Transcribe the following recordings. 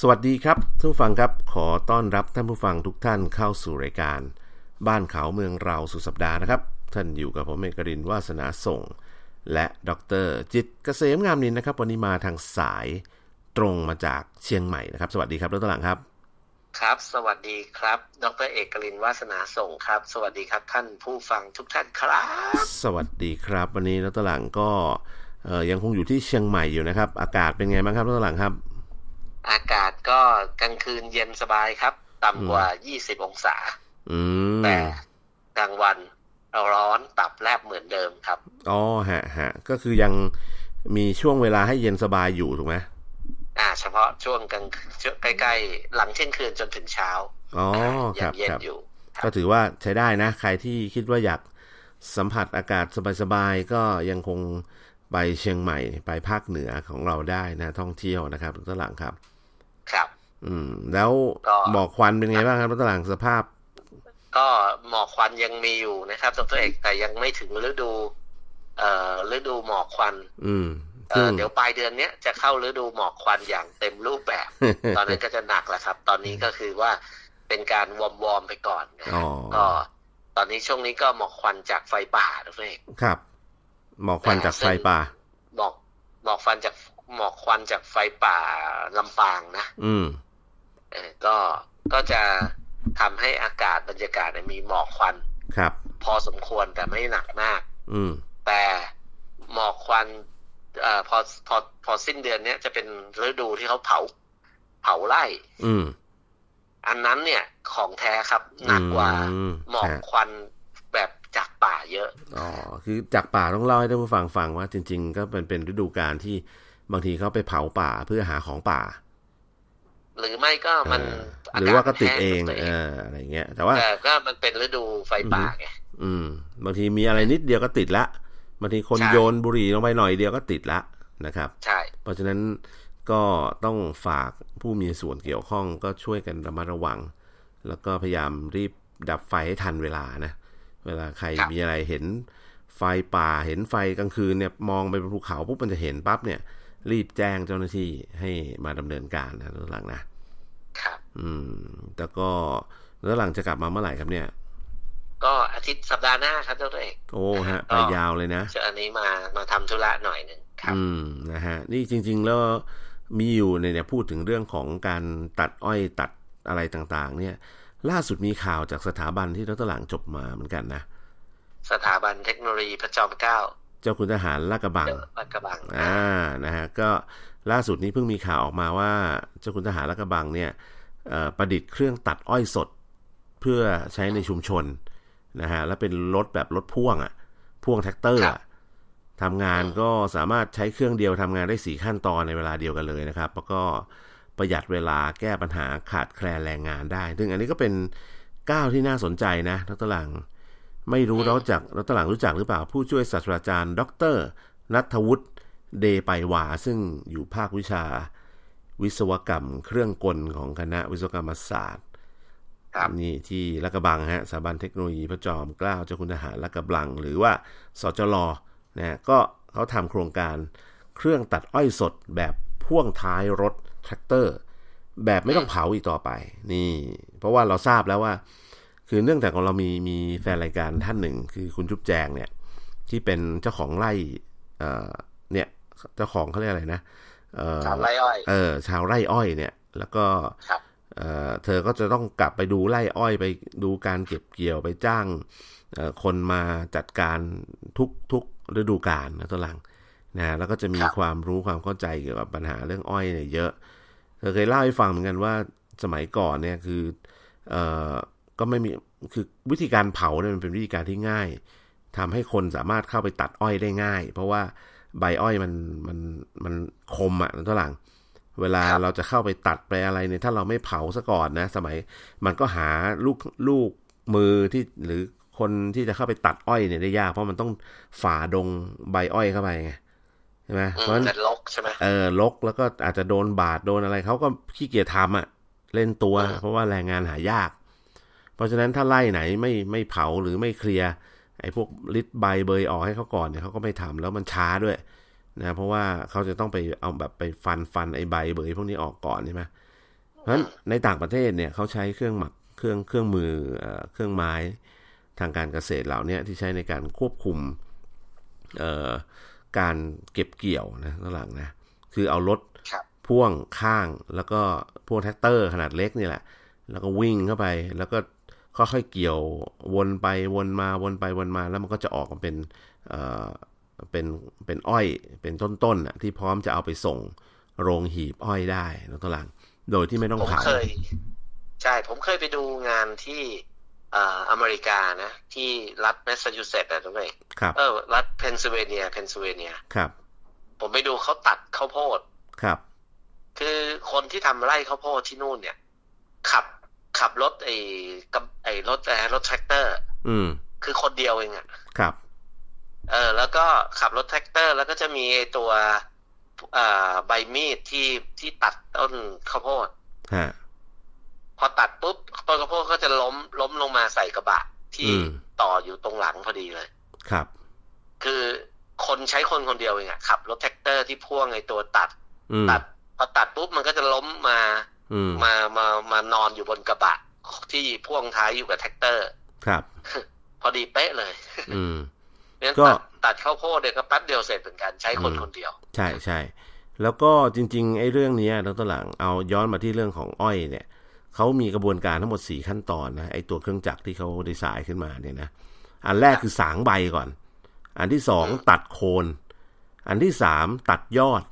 สวัสดีครับท่านผู้ฟังครับขอต้อนรับท่านผู้ฟังทุกท่านเข้าสู่รายการ บ้านเขาเมืองเราสุดสัปดาห์นะครับ ท่านอยู่กับผมเอกรินวาสนาส่ง และดรจิตรเกษมงามนินนะครับ วันนี้มาทางสายตรงมาจากเชียงใหม่นะครับ สวัสดีครับดรหลังครับ ครับ สวัสดีครับ ดรเอกลินวาสนาส่งครับ สวัสดีครับท่านผู้ฟังทุกท่านครับ สวัสดีครับ วันนี้ดรหลังก็เอ่อยังคงอยู่ที่เชียงใหม่อยู่นะครับ อากาศเป็นไงบ้างครับดรหลังครับ อากาศก็กลางคืนเย็นสบายครับ ต่ำกว่า 20 องศา อืม แต่กลางวันร้อนตับแลบเหมือนเดิมครับ อ๋อฮะฮะก็คือยังมีช่วงเวลาให้เย็นสบายอยู่ถูกไหม อ่า เฉพาะช่วงกลางช่วงใกล้ๆ หลังเที่ยงคืนจนถึงเช้า อ๋อค ยั รั ง บ เย็ คน รับ อยู่ ก็ถือว่าใช้ได้นะ ใครที่คิดว่าอยากสัมผัสอากาศสบายๆ ก็ยังคงไปเชียงใหม่ไปภาคเหนือของเราได้นะ ท่องเที่ยวนะครับดรหลังครับ ครับ อืม แล้ว ก็ หมอกควันเป็นไงบ้างครับดรหลังสภาพ ก็หมอกควันยังมีอยู่นะครับดรเอกแต่ยังไม่ถึงฤดู เอ่อฤดูหมอกควัน อืม เอ ซึ่ง อเดี๋ยวปลายเดือนเนี้ยจะเข้าฤดูหมอกควันอย่างเต็มรูปแบบ ตอนนั้นก็จะหนักแหละครับ ตอนนี้ก็คือว่าเป็นการวอร์มวอร์มๆไปก่อนนะฮะ อ๋อ ก็ตอนนี้ช่วงนี้ก็หมอกควันจากไฟป่าด้วยเอง ครับ หมอกควันจากไฟป่า หมอกหมอกควันจากหมอกควันจากไฟป่าลำปางนะ อืม เออก็ก็จะทำให้อากาศบรรยากาศเนี่ยมีหมอกควัน ครับ พอสมควรแต่ไม่หนักมาก อืม แต่หมอกควันเอ่อพอพอพอสิ้นเดือนเนี้ยจะเป็นฤดูที่เขาเผา เผาไร่ อืม อันนั้นเนี่ยของแท้ครับหนักกว่า อืม หมอก ฮะ ควันแบบจากป่าเยอะ อ๋อคือจากป่าต้องเล่าให้ท่านผู้ฟังฟังว่า จริง ๆ ก็เป็นเป็นฤดูกาลที่บางทีเขาไปเผาป่าเพื่อหาของป่า หรือไม่ก็มัน เออหรือว่าก็ติดเอง มัน เอ แห้ ออะไรเงี้ย แต่ว่า แต่ก็มันเป็นฤดูไฟป่าไง อืม บางทีมีอะไรนิดเดียวก็ติดละบางทีคน ใช่ โยนบุหรี่ลงไปหน่อยเดียวก็ติดละนะครับ ใช่ เพราะฉะนั้นก็ต้องฝากผู้มีส่วนเกี่ยวข้องก็ช่วยกันระมัดระวัง แล้วก็พยายามรีบดับไฟให้ทันเวลานะ เวลาใครมีอะไรเห็นไฟป่าเห็นไฟกลางคืนเนี่ยมองไปบนภูเขาปุ๊บมันจะเห็นปั๊บเนี่ย รีบแจ้งเจ้าหน้าที่ให้มาดำเนินการนะหลังนะ ครับ อืม แล้วก็แล้วหลังจะกลับมาเมื่อไหร่ครับเนี่ย ก็อาทิตย์สัปดาห์หน้าครับเจ้าตัวเอก โอ้ฮะ ไปยาวเลยนะ จะอันนี้มามาทำธุระหน่อยหนึ่งครับ อืม นะฮะ นี่จริง ๆ แล้วมีอยู่ในเนี่ยพูดถึงเรื่องของการตัดอ้อยตัดอะไรต่างๆ เนี่ย ล่าสุดมีข่าวจากสถาบันที่ดรหลังจบมาเหมือนกันนะ สถาบันเทคโนโลยีพระจอมเกล้า เจ้าคุณทหารลาดกระบัง จังหวัดกระบัง อ่า นะฮะ ก็ล่าสุดนี้เพิ่งมีข่าวออกมาว่า เจ้าคุณทหารลาดกระบังเนี่ยเอ่อประดิษฐ์เครื่องตัดอ้อยสด เพื่อใช้ในชุมชนนะฮะ และเป็นรถแบบรถพ่วงอ่ะ พ่วงแท็กเตอร์ ครับ อะทำงานก็สามารถใช้เครื่องเดียวทำงานได้สี่ขั้นตอนในเวลาเดียวกันเลยนะครับ แล้วก็ประหยัดเวลาแก้ปัญหาขาดแคลนแรงงานได้ ซึ่งอันนี้ก็เป็นก้าวที่น่าสนใจนะดรหลัง ไม่รู้เราจากดรหลังรู้จักหรือเปล่า ผู้ช่วยศาสตราจารย์ ดรนัทวุฒิเดไปวา ซึ่งอยู่ภาควิชา วิศวกรรม เครื่องกลของคณะวิศวกรรมศาสตร์ ครับ นี่ที่ลาดกระบังฮะสถาบันเทคโนโลยีพระจอมเกล้าเจ้าคุณทหารลาดกระบัง หรือว่าสจลนะฮะก็เขาทำโครงการเครื่องตัดอ้อยสดแบบพ่วงท้ายรถแทรกเตอร์ แบบไม่ต้องเผาอีกต่อไป นี่ เพราะว่าเราทราบแล้วว่า คือเนื่องจากของเรามีมีแฟนรายการท่านหนึ่ง คือคุณจุ๊บแจงเนี่ย ที่เป็นเจ้าของไร่เอ่อเนี่ยเจ้าของเขาเรียกอะไรนะเอ่อ ชาวไร่อ้อย เออชาวไร่อ้อยเนี่ย แล้วก็ ครับ เอ่อเธอก็จะต้องกลับไปดูไร่อ้อยไปดูการเก็บเกี่ยวไปจ้างเอ่อคนมาจัดการทุกทุกฤดูกาลนะตัวหลังนะแล้วก็จะมี ครับ ความรู้ความเข้าใจเกี่ยวกับปัญหาเรื่องอ้อยเนี่ยเยอะ เธอเคยเล่าให้ฟังเหมือนกันว่าสมัยก่อนเนี่ยคือเอ่อก็ไม่มีคือวิธีการเผาเนี่ยมันเป็นวิธีการที่ง่ายทำให้คนสามารถเข้าไปตัดอ้อยได้ง่าย เพราะว่าใบอ้อยมันมันมันคมอ่ะนะตัวหลัง เวลา ครับ เราจะเข้าไปตัดไปอะไรเนี่ยถ้าเราไม่เผาซะก่อนนะ สมัยมันก็หาลูกลูกมือที่หรือคนที่จะเข้าไปตัดอ้อยเนี่ยได้ยากเพราะมันต้องฝ่าดงใบอ้อยเข้าไปไงใช่ไหม อื เพ ม ราะฉะนั้น จะลกใช่ไหม เออลกแล้วก็อาจจะโดนบาดโดนอะไรเขาก็ขี้เกียจทำอะเล่นตัว อ่า เพราะว่าแรงงานหายาก เพราะฉะนั้นถ้าไล่ไหนไม่ไม่เผาหรือไม่เคลียร์ไอ้พวกลิดใบเบยออกให้เขาก่อนเนี่ยเขาก็ไม่ทำแล้วมันช้าด้วยนะเพราะว่าเขาจะต้องไปเอาแบบไปฟันฟันไอ้ใบเบยพวกนี้ออกก่อนใช่ไหม เพราะฉะนั้นในต่างประเทศเนี่ยเขาใช้เครื่องหมักเครื่องเครื่องมือเอ่อเครื่องไม้ทางการเกษตรเหล่าเนี้ที่ใช้ในการควบคุมเอ่อการเก็บเกี่ยวนะข้างหลังนะคือเอารถ ครับ พ่วงข้างแล้วก็พ่วงแท็กเตอร์ขนาดเล็กนี่แหละ แล้วก็วิ่งเข้าไป แล้วก็ค่อยๆเกี่ยววนไปวนมาวนไปวนมาแล้วมันก็จะออกมาเป็นเอ่อเป็นเป็นอ้อยเป็นต้นๆน่ะที่พร้อมจะเอาไปส่งโรงหีบอ้อยได้นะตัวหลัง โดยที่ไม่ต้อง ผม ผ่าน เคย ใช่ ผมเคยไปดูงานที่เอ่ออเมริกานะ ที่รัฐแมสซาชูเซตส์อะทุกคน ครับ เออ รัฐเพนซิลเวเนียเพนซิลเวเนีย ครับ ผมไปดูเขาตัดข้าวโพด ครับ คือคนที่ทำไร่ข้าวโพดที่นู่นเนี่ย ขับขับรถไอ้กำไอ้รถอะไรรถแทรกเตอร์ อืม คือคนเดียวเองอะ ครับ เออ แล้วก็ขับรถแทรกเตอร์ แล้วก็จะมีไอ้ตัวเอ่อใบมีดที่ที่ตัดต้นข้าวโพด ฮะ พอตัดปุ๊บต้นข้าวโพดก็จะล้มล้มลงมาใส่กระบะ ที่ อืม ต่ออยู่ตรงหลังพอดีเลย ครับ คือคนใช้คนคนเดียวเองอะขับรถแทรกเตอร์ที่พ่วงไอ้ตัวตัด อืม ตัด พอตัดปุ๊บมันก็จะล้มมา อืม มามามานอนอยู่บนกระบะที่พ่วงท้ายอยู่กับแท็กเตอร์ ครับ พอดีเป๊ะเลย อืม เนี่ย ก็ ตัดตัดข้าวโพดเดียวก็แป๊บเดียวเสร็จเหมือนกันใช้คน อืม คนเดียว ใช่ใช่แล้วก็จริงๆไอ้เรื่องเนี้ยดรหลังเอาย้อนมาที่เรื่องของอ้อยเนี่ยเขามีกระบวนการทั้งหมด 4 ขั้นตอนนะไอ้ตัวเครื่องจักรที่เขาดีไซน์ขึ้นมาเนี่ยนะอันแรกคือสางใบก่อน อันที่สอง อืม ตัดโคน อันที่สามตัดยอด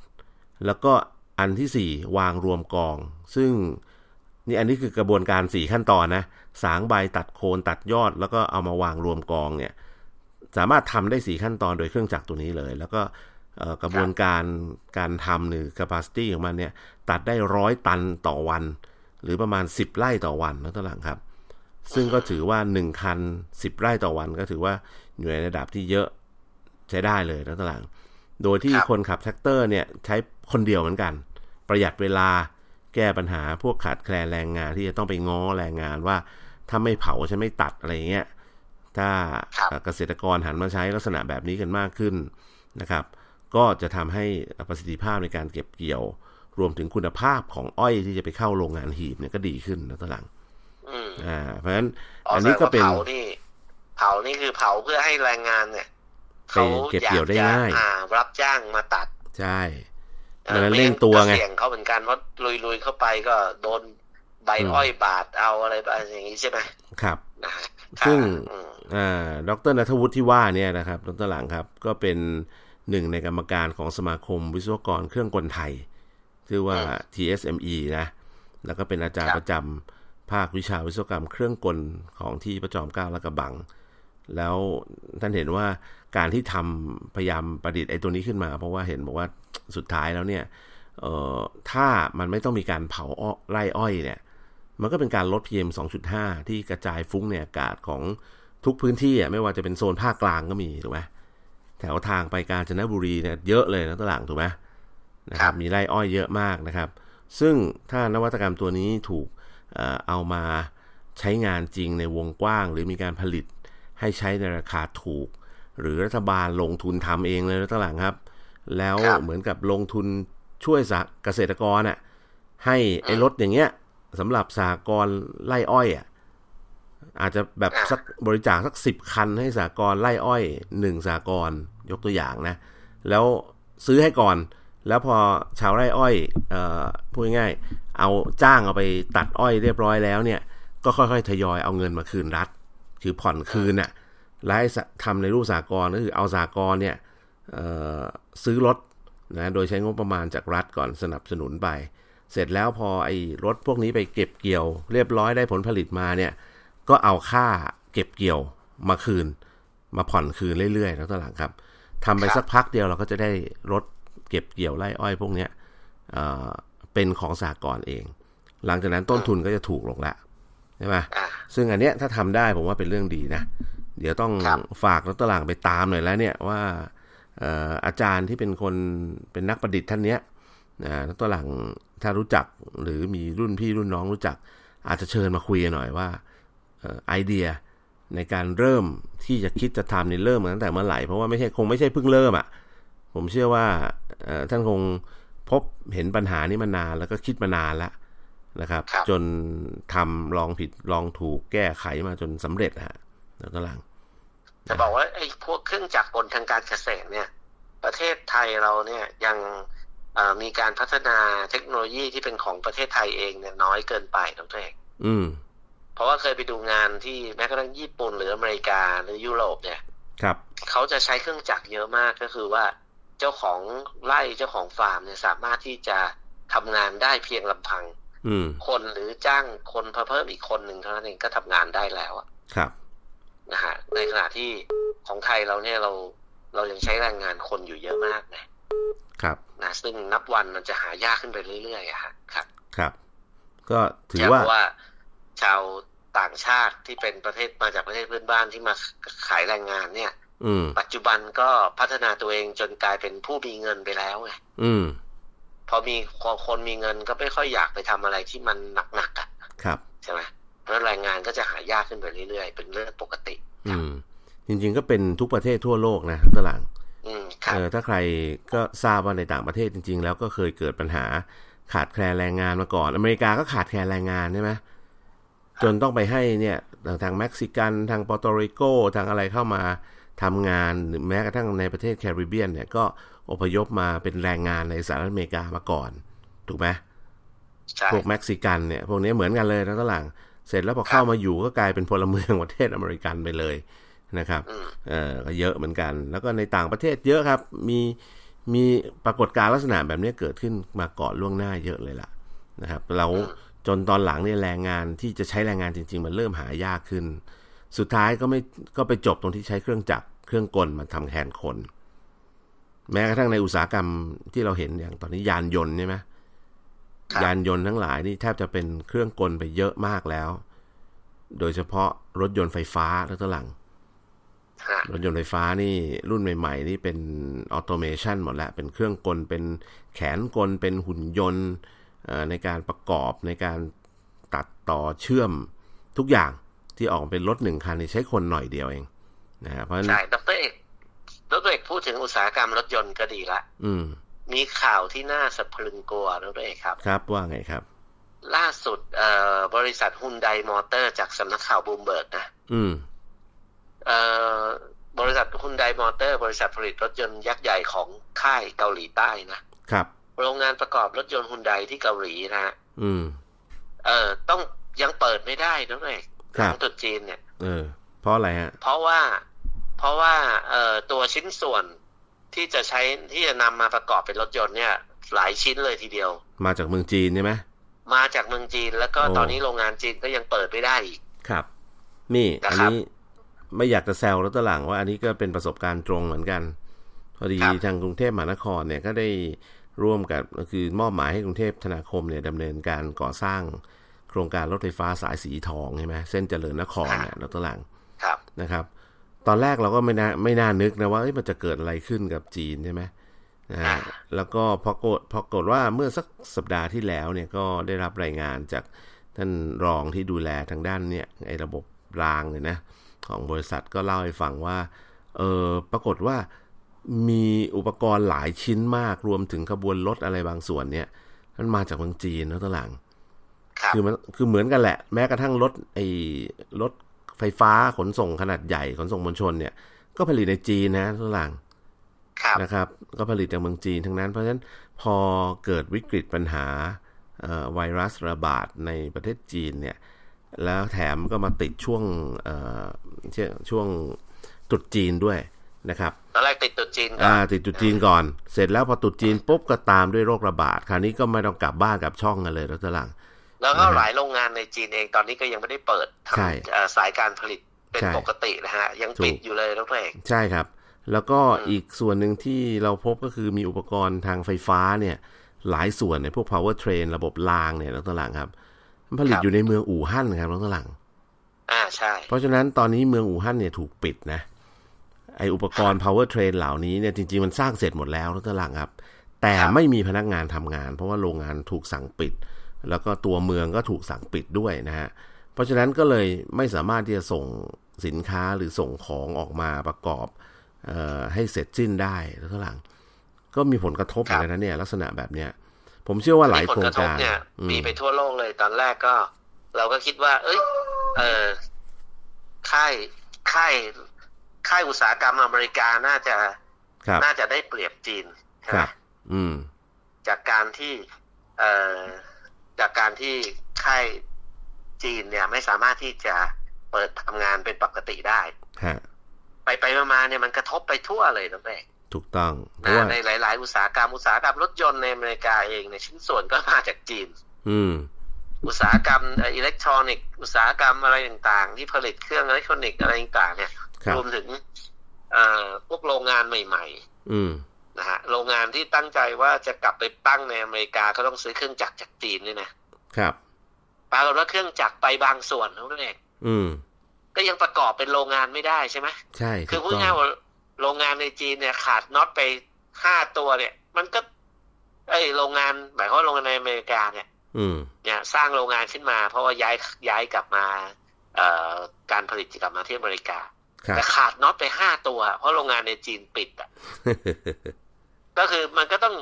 แล้วก็อันที่สี่วางรวมกอง ซึ่งนี่อันนี้คือกระบวนการสี่ขั้นตอนนะสางใบตัดโคนตัดยอด แล้วก็เอามาวางรวมกองเนี่ย สามารถทำได้สี่ขั้นตอนโดยเครื่องจักรตัวนี้เลย แล้วก็เอ่อกระบวนการการทำหรือ capacity ของมันเนี่ย ตัดได้ร้อยตันต่อวัน หรือประมาณ 10 ไร่ต่อวันนะตัวหลังครับ ซึ่งก็ถือว่า 1 คัน 10 ไร่ต่อวันก็ถือว่าอยู่ในระดับที่เยอะใช้ได้เลยนะตัวหลัง โดยที่ ครับ คนขับแท็กเตอร์เนี่ยใช้คนเดียวเหมือนกัน ประหยัดเวลาแก้ปัญหาพวกขาดแคลนแรงงานที่จะต้องไปง้อแรงงานว่า ถ้าไม่เผาฉันไม่ตัดอะไรอย่างเงี้ย ถ้า ครับ เกษตรกรหันมาใช้ลักษณะแบบนี้กันมากขึ้นนะครับ ก็จะทำให้ประสิทธิภาพในการเก็บเกี่ยว รวมถึงคุณภาพของอ้อยที่จะไปเข้าโรงงานหีบเนี่ยก็ดีขึ้นนะตอนหลัง อืม อ่าเพราะฉะนั้น อ๋อ อั อั นนี้ก็เป็น เผานี่ เผานี่คือเผาเพื่อให้แรงงานเนี่ยเขา เก็บ อยา เกี่ยกวได้ จะ ง่าย อ่า รับจ้างมาตัด ใช่ ออ มันเร่ง ไม่ ตัวไง ก็เสี่ยงเขาเหมือนกันเพราะลุยลุยเข้าไปก็โดนใบ อืม อ้อยบาดเอาอะไรไปอย่างนี้ใช่ไหม ครับ นะฮะ ซึ่ง อืม อ่าดรนัทวุฒิที่ว่าเนี่ยนะครับดรหลังครับ ก็เป็นหนึ่งในกรรมการของสมาคมวิศวกรเครื่องกลไทย ชื่อว่า TSME นะ แล้วก็เป็นอาจารย์ประจำภาควิชาวิศวกรรมเครื่องกลของที่ประจอมเกล้าและกระบัง แล้วท่านเห็นว่าการที่ทำพยายามประดิษฐ์ไอ้ตัวนี้ขึ้นมา เพราะว่าเห็นบอกว่าสุดท้ายแล้วเนี่ยเอ่อถ้ามันไม่ต้องมีการเผาอ้อไร่อ้อยเนี่ย มันก็เป็นการลด PM 2.5 ที่กระจายฟุ้งในอากาศของทุกพื้นที่อ่ะไม่ว่าจะเป็นโซนภาคกลางก็มีถูกไหมแถวทางไปกาญจนบุรีเนี่ยเยอะเลยนะตวหลังถูกไหมนะครับมีไร่อ้อยเยอะมากนะครับ ซึ่งถ้านวัตกรรมตัวนี้ถูกเอ่อเอามาใช้งานจริงในวงกว้าง หรือมีการผลิตให้ใช้ในราคาถูก หรือรัฐบาลลงทุนทำเองเลยนะตวหลังครับ แล้วเหมือนกับลงทุนช่วยสะเกษตรกรอ่ะให้ไอ้รถอย่างเงี้ย สำหรับสากรณ์ไล่อ้อยอ่ะอาจจะแบบสักบริจาคสักสิบคันให้สากรณ์ไล่อ้อยหนึ่งสากรณ์ยกตัวอย่างนะ แล้วซื้อให้ก่อน แล้วพอชาวไร่อ้อยเอ่อพูดง่ายๆเอาจ้างเอาไปตัดอ้อยเรียบร้อยแล้วเนี่ย ก็ค่อยๆทยอยเอาเงินมาคืนรัฐ คือผ่อนคืนน่ะและให้สะทำในรูปสากรณ์ก็คือเอาสากรณ์เนี่ยเอ่อซื้อรถนะโดยใช้งบประมาณจากรัฐก่อนสนับสนุนไป เสร็จแล้วพอไอ้รถพวกนี้ไปเก็บเกี่ยว เรียบร้อยได้ผลผลิตมาเนี่ย ก็เอาค่าเก็บเกี่ยวมาคืน มาผ่อนคืนเรื่อยๆแล้วตอนหลังครับทำไปสักพักเดียวเราก็จะได้รถเก็บเกี่ยวไร่อ้อยพวกเนี้ยเอ่อเป็นของสากรณ์เอง หลังจากนั้นต้นทุนก็จะถูกลงละใช่ไหม อ่า ซึ่งอันเนี้ยถ้าทำได้ผมว่าเป็นเรื่องดีนะ เดี๋ยวต้อง ครับ ฝากรัตหลังไปตามหน่อยแล้วเนี่ยว่าเอ่ออาจารย์ที่เป็นคนเป็นนักประดิษฐ์ท่านเนี้ยนะรัตหลังถ้ารู้จักหรือมีรุ่นพี่รุ่นน้องรู้จัก อาจจะเชิญมาคุยกันหน่อยว่าเอ่อไอเดียในการเริ่มที่จะคิดจะทำเนี่ยเริ่มมาตั้งแต่เมื่อไหร่เพราะว่าไม่ใช่คงไม่ใช่เพิ่งเริ่มอ่ะ ผมเชื่อว่าเอ่อท่านคงพบเห็นปัญหานี้มานานแล้วก็คิดมานานละ นะครับ ครับ จนทำลองผิดลองถูกแก้ไขมาจนสำเร็จนะฮะดรหลัง จะบอกว่าไอ้พวกเครื่องจักรกลทางการเกษตรเนี่ย ประเทศไทยเราเนี่ยยังเอ่อมีการพัฒนาเทคโนโลยีที่เป็นของประเทศไทยเองเนี่ยน้อยเกินไปดรเอก อืม เพราะว่าเคยไปดูงานที่แม้กระทั่งญี่ปุ่นหรืออเมริกาหรือยุโรปเนี่ย ครับ เขาจะใช้เครื่องจักรเยอะมากก็คือว่าเจ้าของไร่เจ้าของฟาร์มเนี่ยสามารถที่จะทำงานได้เพียงลำพัง อืม คนหรือจ้างคนมาเพิ่มอีกคนหนึ่งเท่านั้นเองก็ทำงานได้แล้วอะ ครับ นะฮะในขณะที่ของไทยเราเนี่ยเราเรายังใช้แรงงานคนอยู่เยอะมากนะครับ นะซึ่งนับวันมันจะหายากขึ้นไปเรื่อยๆอะฮะครับ ครับ ก็ถือ ใช่ ว่า เพราะว่าชาวต่างชาติที่เป็นประเทศมาจากประเทศเพื่อนบ้านที่มาขายแรงงานเนี่ย อืม ปัจจุบันก็พัฒนาตัวเองจนกลายเป็นผู้มีเงินไปแล้วไง อืม พอมีพอคนมีเงินก็ไม่ค่อยอยากไปทำอะไรที่มันหนักๆอ่ะ ครับ ใช่ไหมเพราะแรงงานก็จะหายากขึ้นไปเรื่อยๆ เป็นเรื่องปกติ อืม จริง ๆ ก็เป็นทุกประเทศทั่วโลกนะตลาง อืมครับ เออถ้าใครก็ทราบว่าในต่างประเทศจริง ๆ แล้วก็เคยเกิดปัญหาขาดแคลนแรงงานมาก่อน อเมริกาก็ขาดแคลนแรงงานใช่ไหมจนต้องไปให้เนี่ยทางทางเม็กซิกันทางปอร์โตริโกทางอะไรเข้ามาทำงานหรือแม้กระทั่งในประเทศแคริบเบียนเนี่ยก็อพยพมาเป็นแรงงานในสหรัฐอเมริกามาก่อน ถูกไหม ใช่ พวกเม็กซิกันเนี่ยพวกนี้เหมือนกันเลยนะตลางเสร็จแล้วพอเข้ามาอยู่ก็กลายเป็นพลเมืองประเทศอเมริกันไปเลยนะครับ อืม เออก็เยอะเหมือนกัน แล้วก็ในต่างประเทศเยอะครับ มีมีปรากฏการณ์ลักษณะแบบนี้เกิดขึ้นมาก่อนล่วงหน้าเยอะเลยล่ะนะครับเราจนตอนหลังเนี่ยแรงงานที่จะใช้แรงงานจริง ๆ มันเริ่มหายากขึ้น สุดท้ายก็ไม่ก็ไปจบตรงที่ใช้เครื่องจักรเครื่องกลมาทำแทนคน แม้กระทั่งในอุตสาหกรรมที่เราเห็นอย่างตอนนี้ยานยนต์ใช่ไหม ครับ ยานยนต์ทั้งหลายนี่แทบจะเป็นเครื่องกลไปเยอะมากแล้ว โดยเฉพาะรถยนต์ไฟฟ้าแล้วตหลัง ฮะ รถยนต์ไฟฟ้านี่รุ่นใหม่ ๆ นี่เป็นออโตเมชันหมดแล้ว เป็นเครื่องกล เป็นแขนกล เป็นหุ่นยนต์เอ่อในการประกอบในการตัดต่อเชื่อมทุกอย่างที่ออกมาเป็นรถหนึ่งคันนี่ใช้คนหน่อยเดียวเองนะฮะเพราะฉะ ใช่ นั้น ดรเอก ดรเอกพูดถึงอุตสาหกรรมรถยนต์ก็ดีละ อืม มีข่าวที่น่าสะพรึงกลัว ดรเอกครับ ครับว่าไงครับ ล่าสุดเอ่อบริษัทฮุนไดมอเตอร์จากสำนักข่าวบูมเบิร์กนะ อืม เอ่อบริษัทฮุนไดมอเตอร์ บริษัทผลิตรถยนต์ยักษ์ใหญ่ของค่ายเกาหลีใต้นะ ครับ โรงงานประกอบรถยนต์ฮุนไดที่เกาหลีนะฮะ อืม เออต้องยังเปิดไม่ได้นะเว้ย ครับ หลังตรุษจีนเนี่ย เออ เพราะอะไรฮะ เพราะว่า เพราะว่าเอ่อตัวชิ้นส่วนที่จะใช้ที่จะนำมาประกอบเป็นรถยนต์เนี่ย หลายชิ้นเลยทีเดียว มาจากเมืองจีนใช่ไหม มาจากเมืองจีน แล้วก็ โอ้ ตอนนี้โรงงานจีนก็ยังเปิดไม่ได้อีก ครับ นี่ อัน นะครับ นี้ไม่อยากจะแซวแล้วตหลังว่าอันนี้ก็เป็นประสบการณ์ตรงเหมือนกัน พอดี ครับ ทางกรุงเทพมหานครเนี่ยก็ได้ร่วมกับก็คือมอบหมายให้กรุงเทพธนาคมเนี่ยดำเนินการก่อสร้างโครงการรถไฟฟ้าสายสีทองใช่ไหมเส้นเจริญนครเนี่ยแล้วตหลัง ครับ นะครับ ตอนแรกเราก็ไม่น่าไม่น่านึกนะว่าเอ้ยมันจะเกิดอะไรขึ้นกับจีนใช่ไหมนะฮะ อ่า แล้วก็พอกฏพอกฏว่าเมื่อสักสัปดาห์ที่แล้วเนี่ยก็ได้รับรายงานจากท่านรองที่ดูแลทางด้านเนี่ยไอ้ระบบรางเนี่ยนะ ของบริษัทก็เล่าให้ฟังว่า เออปรากฏว่ามีอุปกรณ์หลายชิ้นมากรวมถึงขบวนรถอะไรบางส่วนเนี่ย มันมาจากเมืองจีนนะตอนหลัง ครับ คือมันคือเหมือนกันแหละ แม้กระทั่งรถไอ้รถไฟฟ้าขนส่งขนาดใหญ่ขนส่งมวลชนเนี่ย ก็ผลิตในจีนนะทุกหลัง ครับ นะครับ ก็ผลิตจากเมืองจีนทั้งนั้น เพราะฉะนั้นพอเกิดวิกฤตปัญหาเอ่อไวรัสระบาดในประเทศจีนเนี่ย แล้วแถมก็มาติดช่วงเอ่อเช่นช่วงตรุษจีนด้วยนะครับ ตอนแรกติดตรุษจีนก่อ อ่าน ติดจุดจีนก่อน เสร็จแล้วพอตุดจีนปุ๊บก็ตามด้วยโรคระบาด คราวนี้ก็ไม่ต้องกลับบ้านกลับช่องกันเลยแล้วหลัง แล้วก็ นะฮะ หลายโรงงานในจีนเองตอนนี้ก็ยังไม่ได้เปิดท ใช่ ำเอ่อสายการผลิตเป็น ใช่ ปกตินะฮะ ยังปิด ถูก อยู่เลยนะเพื่อน ใช่ครับ แล้วก็อีกส่วนหนึ่งที่เราพบก็คือมีอุปกรณ์ทางไฟฟ้าเนี่ย หลายส่วนในยพวก power train ระบบรางเนี่ยน้องตะหลังครับมันผลิ ค ต รับ อยู่ในเมืองอู่ฮั่นครับน้องตะหลัง อ่าใช่ เพราะฉะนั้นตอนนี้เมืองอู่ฮั่นเนี่ยถูกปิดนะ ไออุปกรณ์ power train เหล่านี้เนี่ยจริง ๆ มันสร้างเสร็จหมดแล้วน้องตะหลังครับ แต่ ครับ ไม่มีพนักงานทำงาน เพราะว่าโรงงานถูกสั่งปิด แล้วก็ตัวเมืองก็ถูกสั่งปิดด้วยนะฮะ เพราะฉะนั้นก็เลยไม่สามารถที่จะส่งสินค้าหรือส่งของออกมาประกอบเออให้เสร็จสิ้นได้แล้วก็หลัง ก็มีผลกระทบเหมือนกันนะเนี่ยลักษณะแบบเนี้ย ผมเชื่อว่าหลาย ผ โค ล ร ก ง ระทบ การ เนี่ย อื มีไปทั่วโลกเลยตอนแรกก็ เราก็คิดว่า เอ้ย เออค่ายค่ายค่ายอุตสาหกรรมอเมริกาน่าจะ ครับ น่าจะได้เปรียบจีน ครั นะ บ อืม จากการที่ เอ่อจากการที่ค่ายจีนเนี่ย ไม่สามารถที่จะเปิดทำงานเป็นปกติได้ ฮะ ไปไปๆมาๆเนี่ยมันกระทบไปทั่วเลยนะแม่ ถูกต้อง เพราะ นะ ว่า ในหลาย ๆ อุตสาหกรรมอุตสาหกรรมรถยนต์ในอเมริกาเองในยชิ้นส่วนก็มาจากจีน อืม อุตสาหกรรมเอ่อิเล็กทรอนิกส์อุตสาหกรรมอะไรต่าง ๆ ที่ผลิตเครื่องอิเล็กทรอนิกส์อะไรต่างๆเนี่ย ครับ รวมถึงเอ่อพวกโรงงานใหม่ อืม ๆ นะฮะโรงงานที่ตั้งใจว่าจะกลับไปตั้งในอเมริกาก็ต้องซื้อเครื่องจักรจากจีนด้วยนะครับ ปรากฏว่าเครื่องจักรไปบางส่วนเท่านั้นเอง อืม ก็ยังประกอบเป็นโรงงานไม่ได้ใช่ไหม ใช่ คือ ถูก พูด ต้อง ง่ายๆว่าโรงงานในจีนเนี่ยขาดน็อตไปห้าตัวเนี่ย มันก็ไอยโรงงานหมายความว่าโรงงานในอเมริกาเนี่ย อืม เนี่ยสร้างโรงงานขึ้นมา เพราะว่าย้ายย้ายกลับมาเอ่อการผลิตกลับมาที่อเมริกา ครับ แต่ขาดน็อตไปห้าตัว เพราะโรงงานในจีนปิดอ่ะก็คือมันก็ต้อง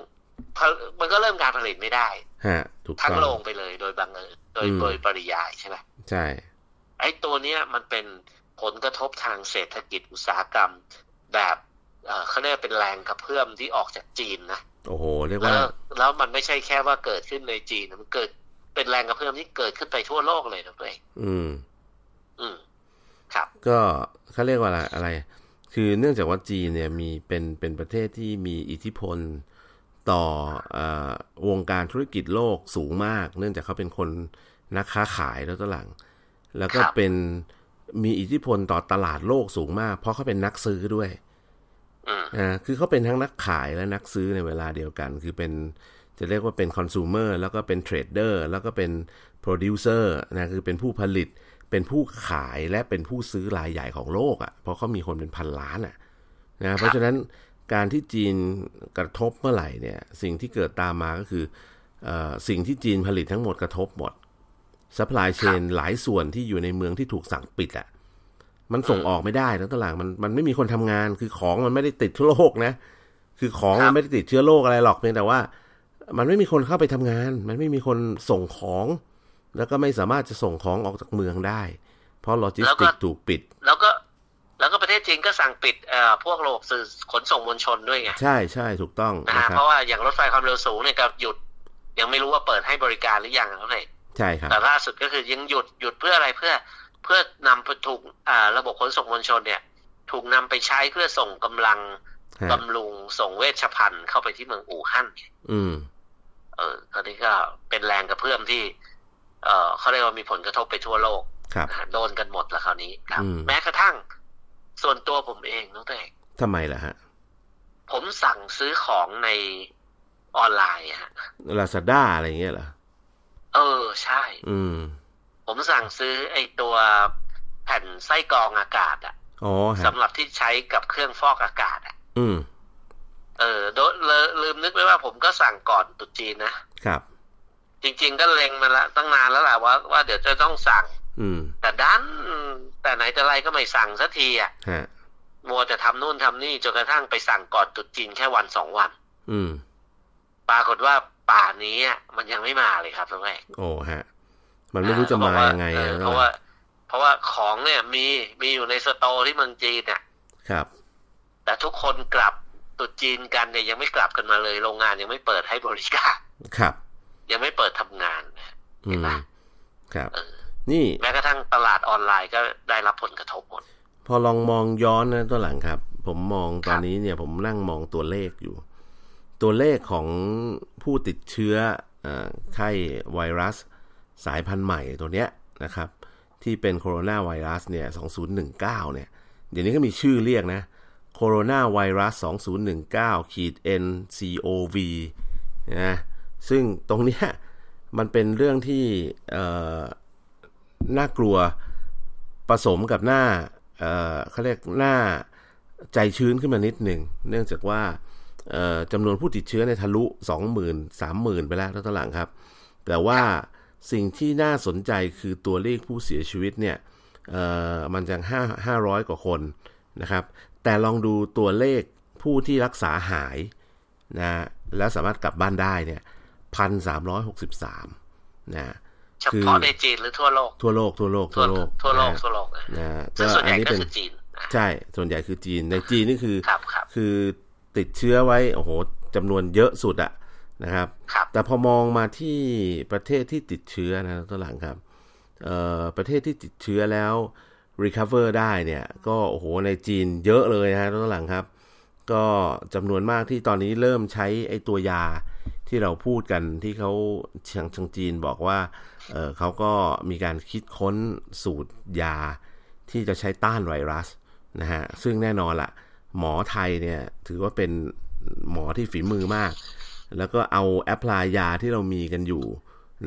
ผลมันก็เริ่มการผลิตไม่ได้ ฮะ ถูก ทั้ง ต้อง โรงไปเลยโดยบังเอิญโดย อืม โดยปริยายใช่ไหม ใช่ ไอ้ตัวเนี้ยมันเป็นผลกระทบทางเศรษฐกิจอุตสาหกรรม แบบเอ่อเขาเรียกว่าเป็นแรงกระเพื่อมที่ออกจากจีนนะ โอ้โห เรียก แล้ ว่า วแล้วมันไม่ใช่แค่ว่าเกิดขึ้นในจีนนะมันเกิดเป็นแรงกระเพื่อมที่เกิดขึ้นไปทั่วโลกเลยนะตัวเอง อืม อืม ครับ ก็เขาเรียกว่าอะไรอะไร คือเนื่องจากว่าจีนเนี่ยมีเป็นเป็นประเทศที่มีอิทธิพลต่อเออวงการธุรกิจโลกสูงมาก เนื่องจากเขาเป็นคนนักค้าขายแล้วตหลัง แล้วก็ ครับ เป็นมีอิทธิพลต่อตลาดโลกสูงมาก เพราะเขาเป็นนักซื้อด้วย อืม อ่าคือเขาเป็นทั้งนักขายและนักซื้อในเวลาเดียวกัน คือเป็นจะเรียกว่าเป็นคอน sumer แล้วก็เป็นเทรดเดอร์แล้วก็เป็นโปรดิวเซอร์นะคือเป็นผู้ผลิต เป็นผู้ขายและเป็นผู้ซื้อรายใหญ่ของโลกอะ่ะ เพราะเขามีคนเป็นพันล้านอะ่ะนะเพราะฉะนั้นการที่จีนกระทบเมื่อไหร่เนี่ย สิ่งที่เกิดตามมาก็คือเออสิ่งที่จีนผลิตทั้งหมดกระทบหมดซัพพลายเชนหลายส่วนที่อยู่ในเมืองที่ถูกสั่งปิดอ่ะ มันส่งออกไม่ได้แล้วตลาดมันมันไม่มีคนทำงาน คือของมันไม่ได้ติดเชื้อโรคนะ คือของ ครั มั บ นไม่ได้ติดเชื้อโรคอะไรหรอกเพียงแต่ว่า มันไม่มีคนเข้าไปทำงาน มันไม่มีคนส่งของ แล้วก็ไม่สามารถจะส่งของออกจากเมืองได้ เพราะโลจิสติกส์ถูกปิด แล้วก็แล้วก็ประเทศจีนก็สั่งปิดเอ่อพวกระบบสื่อขนส่งมวลชนด้วยไง ใช่ใช่ถูกต้อง นะ นะ ฮะ ครับเพราะว่าอย่างรถไฟความเร็วสูงเนี่ยก็หยุด ยังไม่รู้ว่าเปิดให้บริการหรือยังเท่าไหร่ ใช่ครับ แต่ล่าสุดก็คือยังหยุดหยุดเพื่ออะไรเพื่อ เพื่อนำไปถูกอ่าระบบขนส่งมวลชนเนี่ย ถูกนำไปใช้เพื่อส่งกำลัง ฮะ บำรุงส่งเวชภัณฑ์เข้าไปที่เมืองอู่ฮั่น อืม เออตอนนี้ก็เป็นแรงกระเพื่อมที่ เออเขาเรียกว่ามีผลกระทบไปทั่วโลก ครับ อ่าโดนกันหมดละคราวนี้ครับ อืม แม้กระทั่ง ส่วนตัวผมเองน้องเต้ ทำไมล่ะฮะ ผมสั่งซื้อของในออนไลน์ฮะ ลาซาด้าอะไรอย่างเงี้ยเหรอ เออ ใช่ อืม ผมสั่งซื้อไอ้ตัวแผ่นไส้กรองอากาศอะ อ๋อฮะ สำหรับที่ใช้กับเครื่องฟอกอากาศอะ อืม เออโดยเลลืมนึกไว้ว่าผมก็สั่งก่อนตรุษจีนนะ ครับ จริง ๆ ก็เล็งมาละตั้งนานแล้วล่ะว่าว่าเดี๋ยวจะต้องสั่ง อืม แต่ดันแต่ไหนแต่ไรก็ไม่สั่งสักทีอะ ฮะ มัวแต่ทำนู่นทำนี่จนกระทั่งไปสั่งก่อนตรุษจีนแค่วันสองวัน อืม ปรากฏว่าป่านี้อ่ะมันยังไม่มาเลยครับทุกท่าน โอ้ฮะ มันไม่รู้จะมายังไง เออ แล้ว เพราะว่า เพราะว่าของเนี่ยมีมีอยู่ในสตอร์ที่เมืองจีนเนี่ย ครับ แต่ทุกคนกลับตรุษจีนกันเนี่ยยังไม่กลับกันมาเลยโรงงานยังไม่เปิดให้บริการ ครับ ยังไม่เปิดทำงาน อื เห็น ม ปะ ครับ เออ นี่ แม้กระทั่งตลาดออนไลน์ก็ได้รับผลกระทบหมด พอลองมองย้อนนะตัวหลังครับ ผมมองต ค อ รั น บ นี้เนี่ย ผมนั่งมองตัวเลขอยู่ ตัวเลขของผู้ติดเชื้อเอ่อไข้ไวรัสสายพันธุ์ใหม่ตัวเนี้ยนะครับ ที่เป็นโคโรนาไวรัสเนี่ย2019เนี่ย เดี๋ยวนี้ก็มีชื่อเรียกนะโคโรนาไวรัส2019ขีด ncov นะซึ่งตรงเนี้ยมันเป็นเรื่องที่เอ่อน่ากลัวผสมกับหน้าเอ่อเขาเรียกหน้าใจชื้นขึ้นมานิดหนึ่ง เนื่องจากว่าเอ่อจำนวนผู้ติดเชื้อในยทะลุ 20,000 30,000 ไปแล้วตอนหลังครับ แต่ว่าสิ่งที่น่าสนใจคือตัวเลขผู้เสียชีวิตเนี่ย เอ่อมันจังห้าห้าร้อยกว่าคนนะครับ แต่ลองดูตัวเลขผู้ที่รักษาหายนะแล้วสามารถกลับบ้านได้เนี่ย 1,363นะ เฉพาะในจีนหรือทั่วโลก ทั่วโลกทั่วโลก ทั่ ทั่ ว วโลก ทั่วโลก นะนะทั่วโลกนะซึ่งส่วนใหญ่ก็ เป็ คือจีนนะ ใช่ส่วนใหญ่คือจีนในจีนนี่คือ ครับครับ คือติดเชื้อไว้โอ้โหจำนวนเยอะสุดอะนะครับ ครับ แต่พอมองมาที่ประเทศที่ติดเชื้อนะตัวหลังครับเอ่อประเทศที่ติดเชื้อแล้ว recover ได้เนี่ย ก็โอ้โหในจีนเยอะเลยนะตัวหลังครับ ก็จำนวนมากที่ตอนนี้เริ่มใช้ไอ้ตัวยาที่เราพูดกันที่เขาเชียงชางจีนบอกว่าเออเขาก็มีการคิดค้นสูตรยาที่จะใช้ต้านไวรัสนะฮะซึ่งแน่นอนละหมอไทยเนี่ยถือว่าเป็นหมอที่ฝีมือมาก แล้วก็เอาแอปพลายยาที่เรามีกันอยู่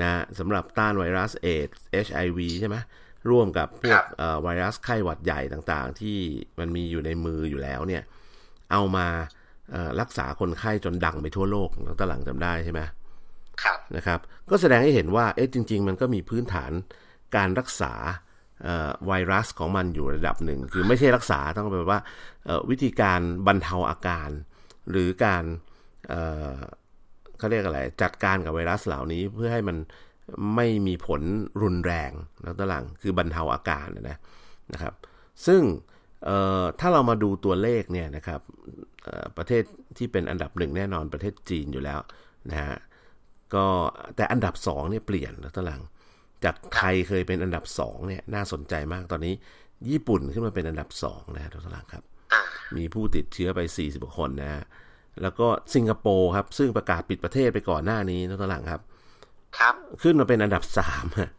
นะสำหรับต้านไวรัสเอด HIV ใช่ไหมร่วมกับพวกเอ่อไวรัสไข้หวัดใหญ่ต่างๆ ที่มันมีอยู่ในมืออยู่แล้วเนี่ย เอามาเอ่อรักษาคนไข้จนดังไปทั่วโลกแล้วตอนหลังจำได้ใช่ไหม ครับ นะครับ ก็แสดงให้เห็นว่าเอ๊ะจริง ๆ มันก็มีพื้นฐานการรักษาเอ่อไวรัสของมันอยู่ระดับหนึ่ง คือไม่ใช่รักษาต้องแปลว่าเอ่อวิธีการบรรเทาอาการ หรือการเอ่อเขาเรียกอะไรจัดการกับไวรัสเหล่านี้เพื่อให้มันไม่มีผลรุนแรงแล้วตอนหลังคือบรรเทาอาการนะนะครับ ซึ่งเอ่อถ้าเรามาดูตัวเลขเนี่ยนะครับเอ่อประเทศที่เป็นอันดับหนึ่งแน่นอนประเทศจีนอยู่แล้วนะฮะก็แต่อันดับสองเนี่ยเปลี่ยนแล้วตอนหลังจากไทยเคยเป็นอันดับสองเนี่ยน่าสนใจมากตอนนี้ ญี่ปุ่นขึ้นมาเป็นอันดับสองนะฮะตอนหลังครับ อ่า มีผู้ติดเชื้อไป 40กว่าคนนะฮะแล้วก็สิงคโปร์ครับ ซึ่งประกาศปิดประเทศไปก่อนหน้านี้นะตอนหลังครับ ครับ ขึ้นมาเป็นอันดับสาม ฮะ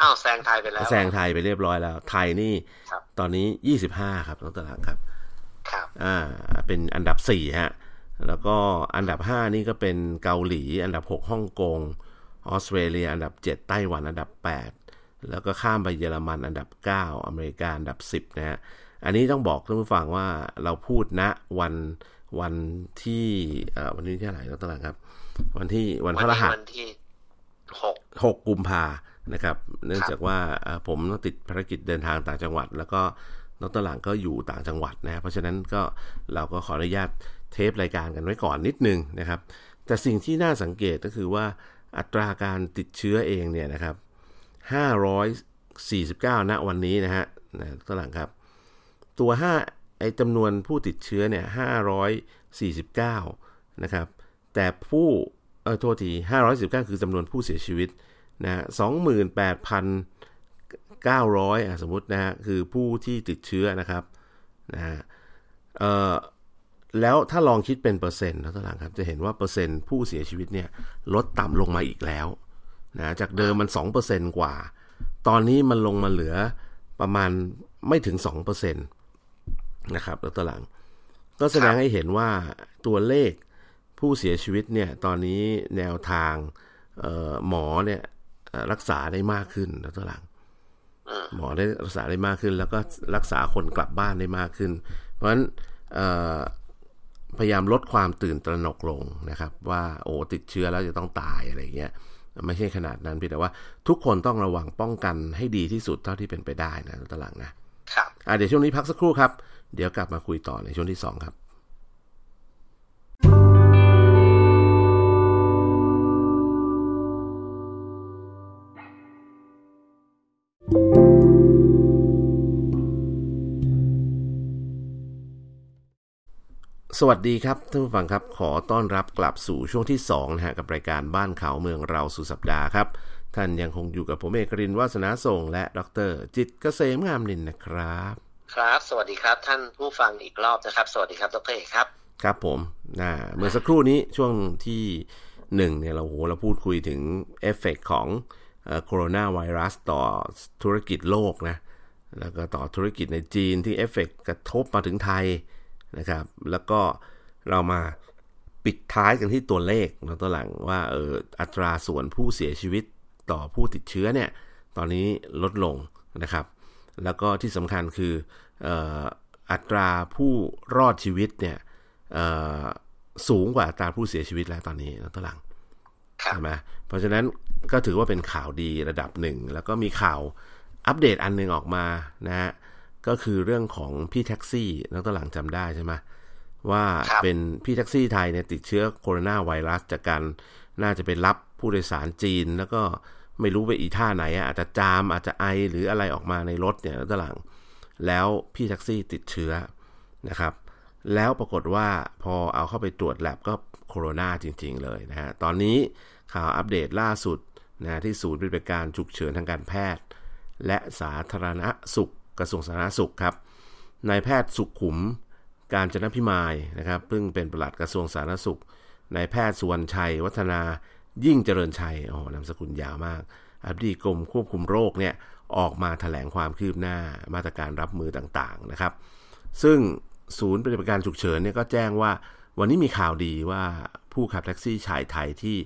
อ้าวแซงไทยไปแล้ว แซงไทยไปเรียบร้อยแล้ว ไทยนี่ ครับ ตอนนี้ 25 ครับน้องตารางครับ ครับ อ่า เป็นอันดับ 4 ฮะ แล้วก็อันดับ 5 นี่ก็เป็นเกาหลี อันดับ 6 ฮ่องกง ออสเตรเลีย อันดับ 7 ไต้หวัน อันดับ 8 แล้วก็ข้ามไปเยอรมัน อันดับ 9 อเมริกา อันดับ 10 นะฮะ อันนี้ต้องบอกท่านผู้ฟังว่าเราพูดณวันวันที่เอ่อวันนี้ที่อะไหรน้องตารางครับ วันที่วันพ วั ระรหัส วันที่หก 6 กุมภานะครับ เนื่องจากว่าเอ่อผมต้องติดภารกิจเดินทางต่างจังหวัด แล้วก็น้องตะหลังก็อยู่ต่างจังหวัดนะฮะเพราะฉะนั้นก็เราก็ขออนุญาตเทปรายการกันไว้ก่อนนิดนึงนะครับ แต่สิ่งที่น่าสังเกตก็คือว่าอัตราการติดเชื้อเองเนี่ยนะครับ 549 ณวันนี้นะฮะนะตะหลังครับ ตัว 5 ไอจำนวนผู้ติดเชื้อเนี่ย 549 นะครับ แต่ผู้ เออโทษที 519 คือจำนวนผู้เสียชีวิตนะฮะ28,900อ่ะสมมตินะฮะ คือผู้ที่ติดเชื้อนะครับ นะฮะ เอ่อ แล้วถ้าลองคิดเป็นเปอร์เซ็นต์นะท่านหลังครับ จะเห็นว่าเปอร์เซ็นต์ผู้เสียชีวิตเนี่ย ลดต่ำลงมาอีกแล้ว นะจากเดิมมัน 2%กว่า ตอนนี้มันลงมาเหลือประมาณไม่ถึง 2%นะครับแล้วตอนหลัง ก็แสดงให้เห็นว่าตัวเลขผู้เสียชีวิตเนี่ย ตอนนี้แนวทางเอ่อหมอเนี่ยเอ่อรักษาได้มากขึ้นแล้วตอนหลัง อืม หมอได้รักษาได้มากขึ้น แล้วก็รักษาคนกลับบ้านได้มากขึ้น เพราะฉะนั้นเอ่อพยายามลดความตื่นตระหนกลงนะครับ ว่าโอ้ติดเชื้อแล้วจะต้องตายอะไรอย่างเงี้ยไม่ใช่ขนาดนั้นเพียงแต่ว่าทุกคนต้องระวังป้องกันให้ดีที่สุดเท่าที่เป็นไปได้นะตอนหลังนะครับ อ่ะเดี๋ยวช่วงนี้พักสักครู่ครับ เดี๋ยวกลับมาคุยต่อในช่วงที่สองครับ สวัสดีครับท่านผู้ฟังครับ ขอต้อนรับกลับสู่ช่วงที่2นะฮะกับรายการบ้านเขาเมืองเราสุดสัปดาห์ครับ ท่านยังคงอยู่กับผมเอกรินทร์วาสนาส่งและดร จิตรเกษมงามนินนะครับ ครับ สวัสดีครับท่านผู้ฟังอีกรอบนะครับ สวัสดีครับดรเอกครับ ครับผมนะเมื่อสักครู่นี้ช่วงที่หนึ่งเนี่ยเราโหเราพูดคุยถึงเอฟเฟกของโคโรนาไวรัสต่อธุรกิจโลกนะ แล้วก็ต่อธุรกิจในจีนที่เอฟเฟกกระทบมาถึงไทยนะครับ แล้วก็เรามาปิดท้ายกันที่ตัวเลขเราตัวหลังว่าเอออัตราส่วนผู้เสียชีวิตต่อผู้ติดเชื้อเนี่ย ตอนนี้ลดลงนะครับ แล้วก็ที่สำคัญคือเอ่ออัตราผู้รอดชีวิตเนี่ย เอ่อสูงกว่าอัตราผู้เสียชีวิตแล้วตอนนี้นะตอนหลัง ครับ ใช่ไหมเพราะฉะนั้นก็ถือว่าเป็นข่าวดีระดับหนึ่ง แล้วก็มีข่าวอัปเดตอันหนึ่งออกมานะฮะก็คือเรื่องของพี่แท็กซี่นะตอนหลังจำได้ใช่ไหมว่า ครับ เป็นพี่แท็กซี่ไทยเนี่ยติดเชื้อโคโรนาไวรัสจากการ น่าจะไปรับผู้โดยสารจีน แล้วก็ไม่รู้ไปอีท่าไหนอะอาจจะจามอาจจะไอหรืออะไรออกมาในรถเนี่ยแล้วตอนหลัง แล้วพี่แท็กซี่ติดเชื้อนะครับ แล้วปรากฏว่าพอเอาเข้าไปตรวจแลบก็โคโรนาจริง ๆ เลยนะฮะตอนนี้ข่าวอัปเดตล่าสุดนะที่ศูนย์ปฏิบัติการฉุกเฉินทางการแพทย์ และสาธารณสุขกระทรวงสาธารณสุขครับนายแพทย์สุขขุม การจนพิมายนะครับเพิ่งเป็นปลัดกระทรวงสาธารณสุขนายแพทย์สุวรรณชัย วัฒนายิ่งเจริญชัยโอ้โหนามสกุลยาวมากอธิบดีกรมควบคุมโรคเนี่ยออกมาถแถลงความคืบหน้ามาตรการรับมือต่างๆนะครับ ซึ่งศูนย์ปฏิบัติการฉุกเฉินเนี่ยก็แจ้งว่าวันนี้มีข่าวดีว่าผู้ขับแท็กซี่ชายไทยที่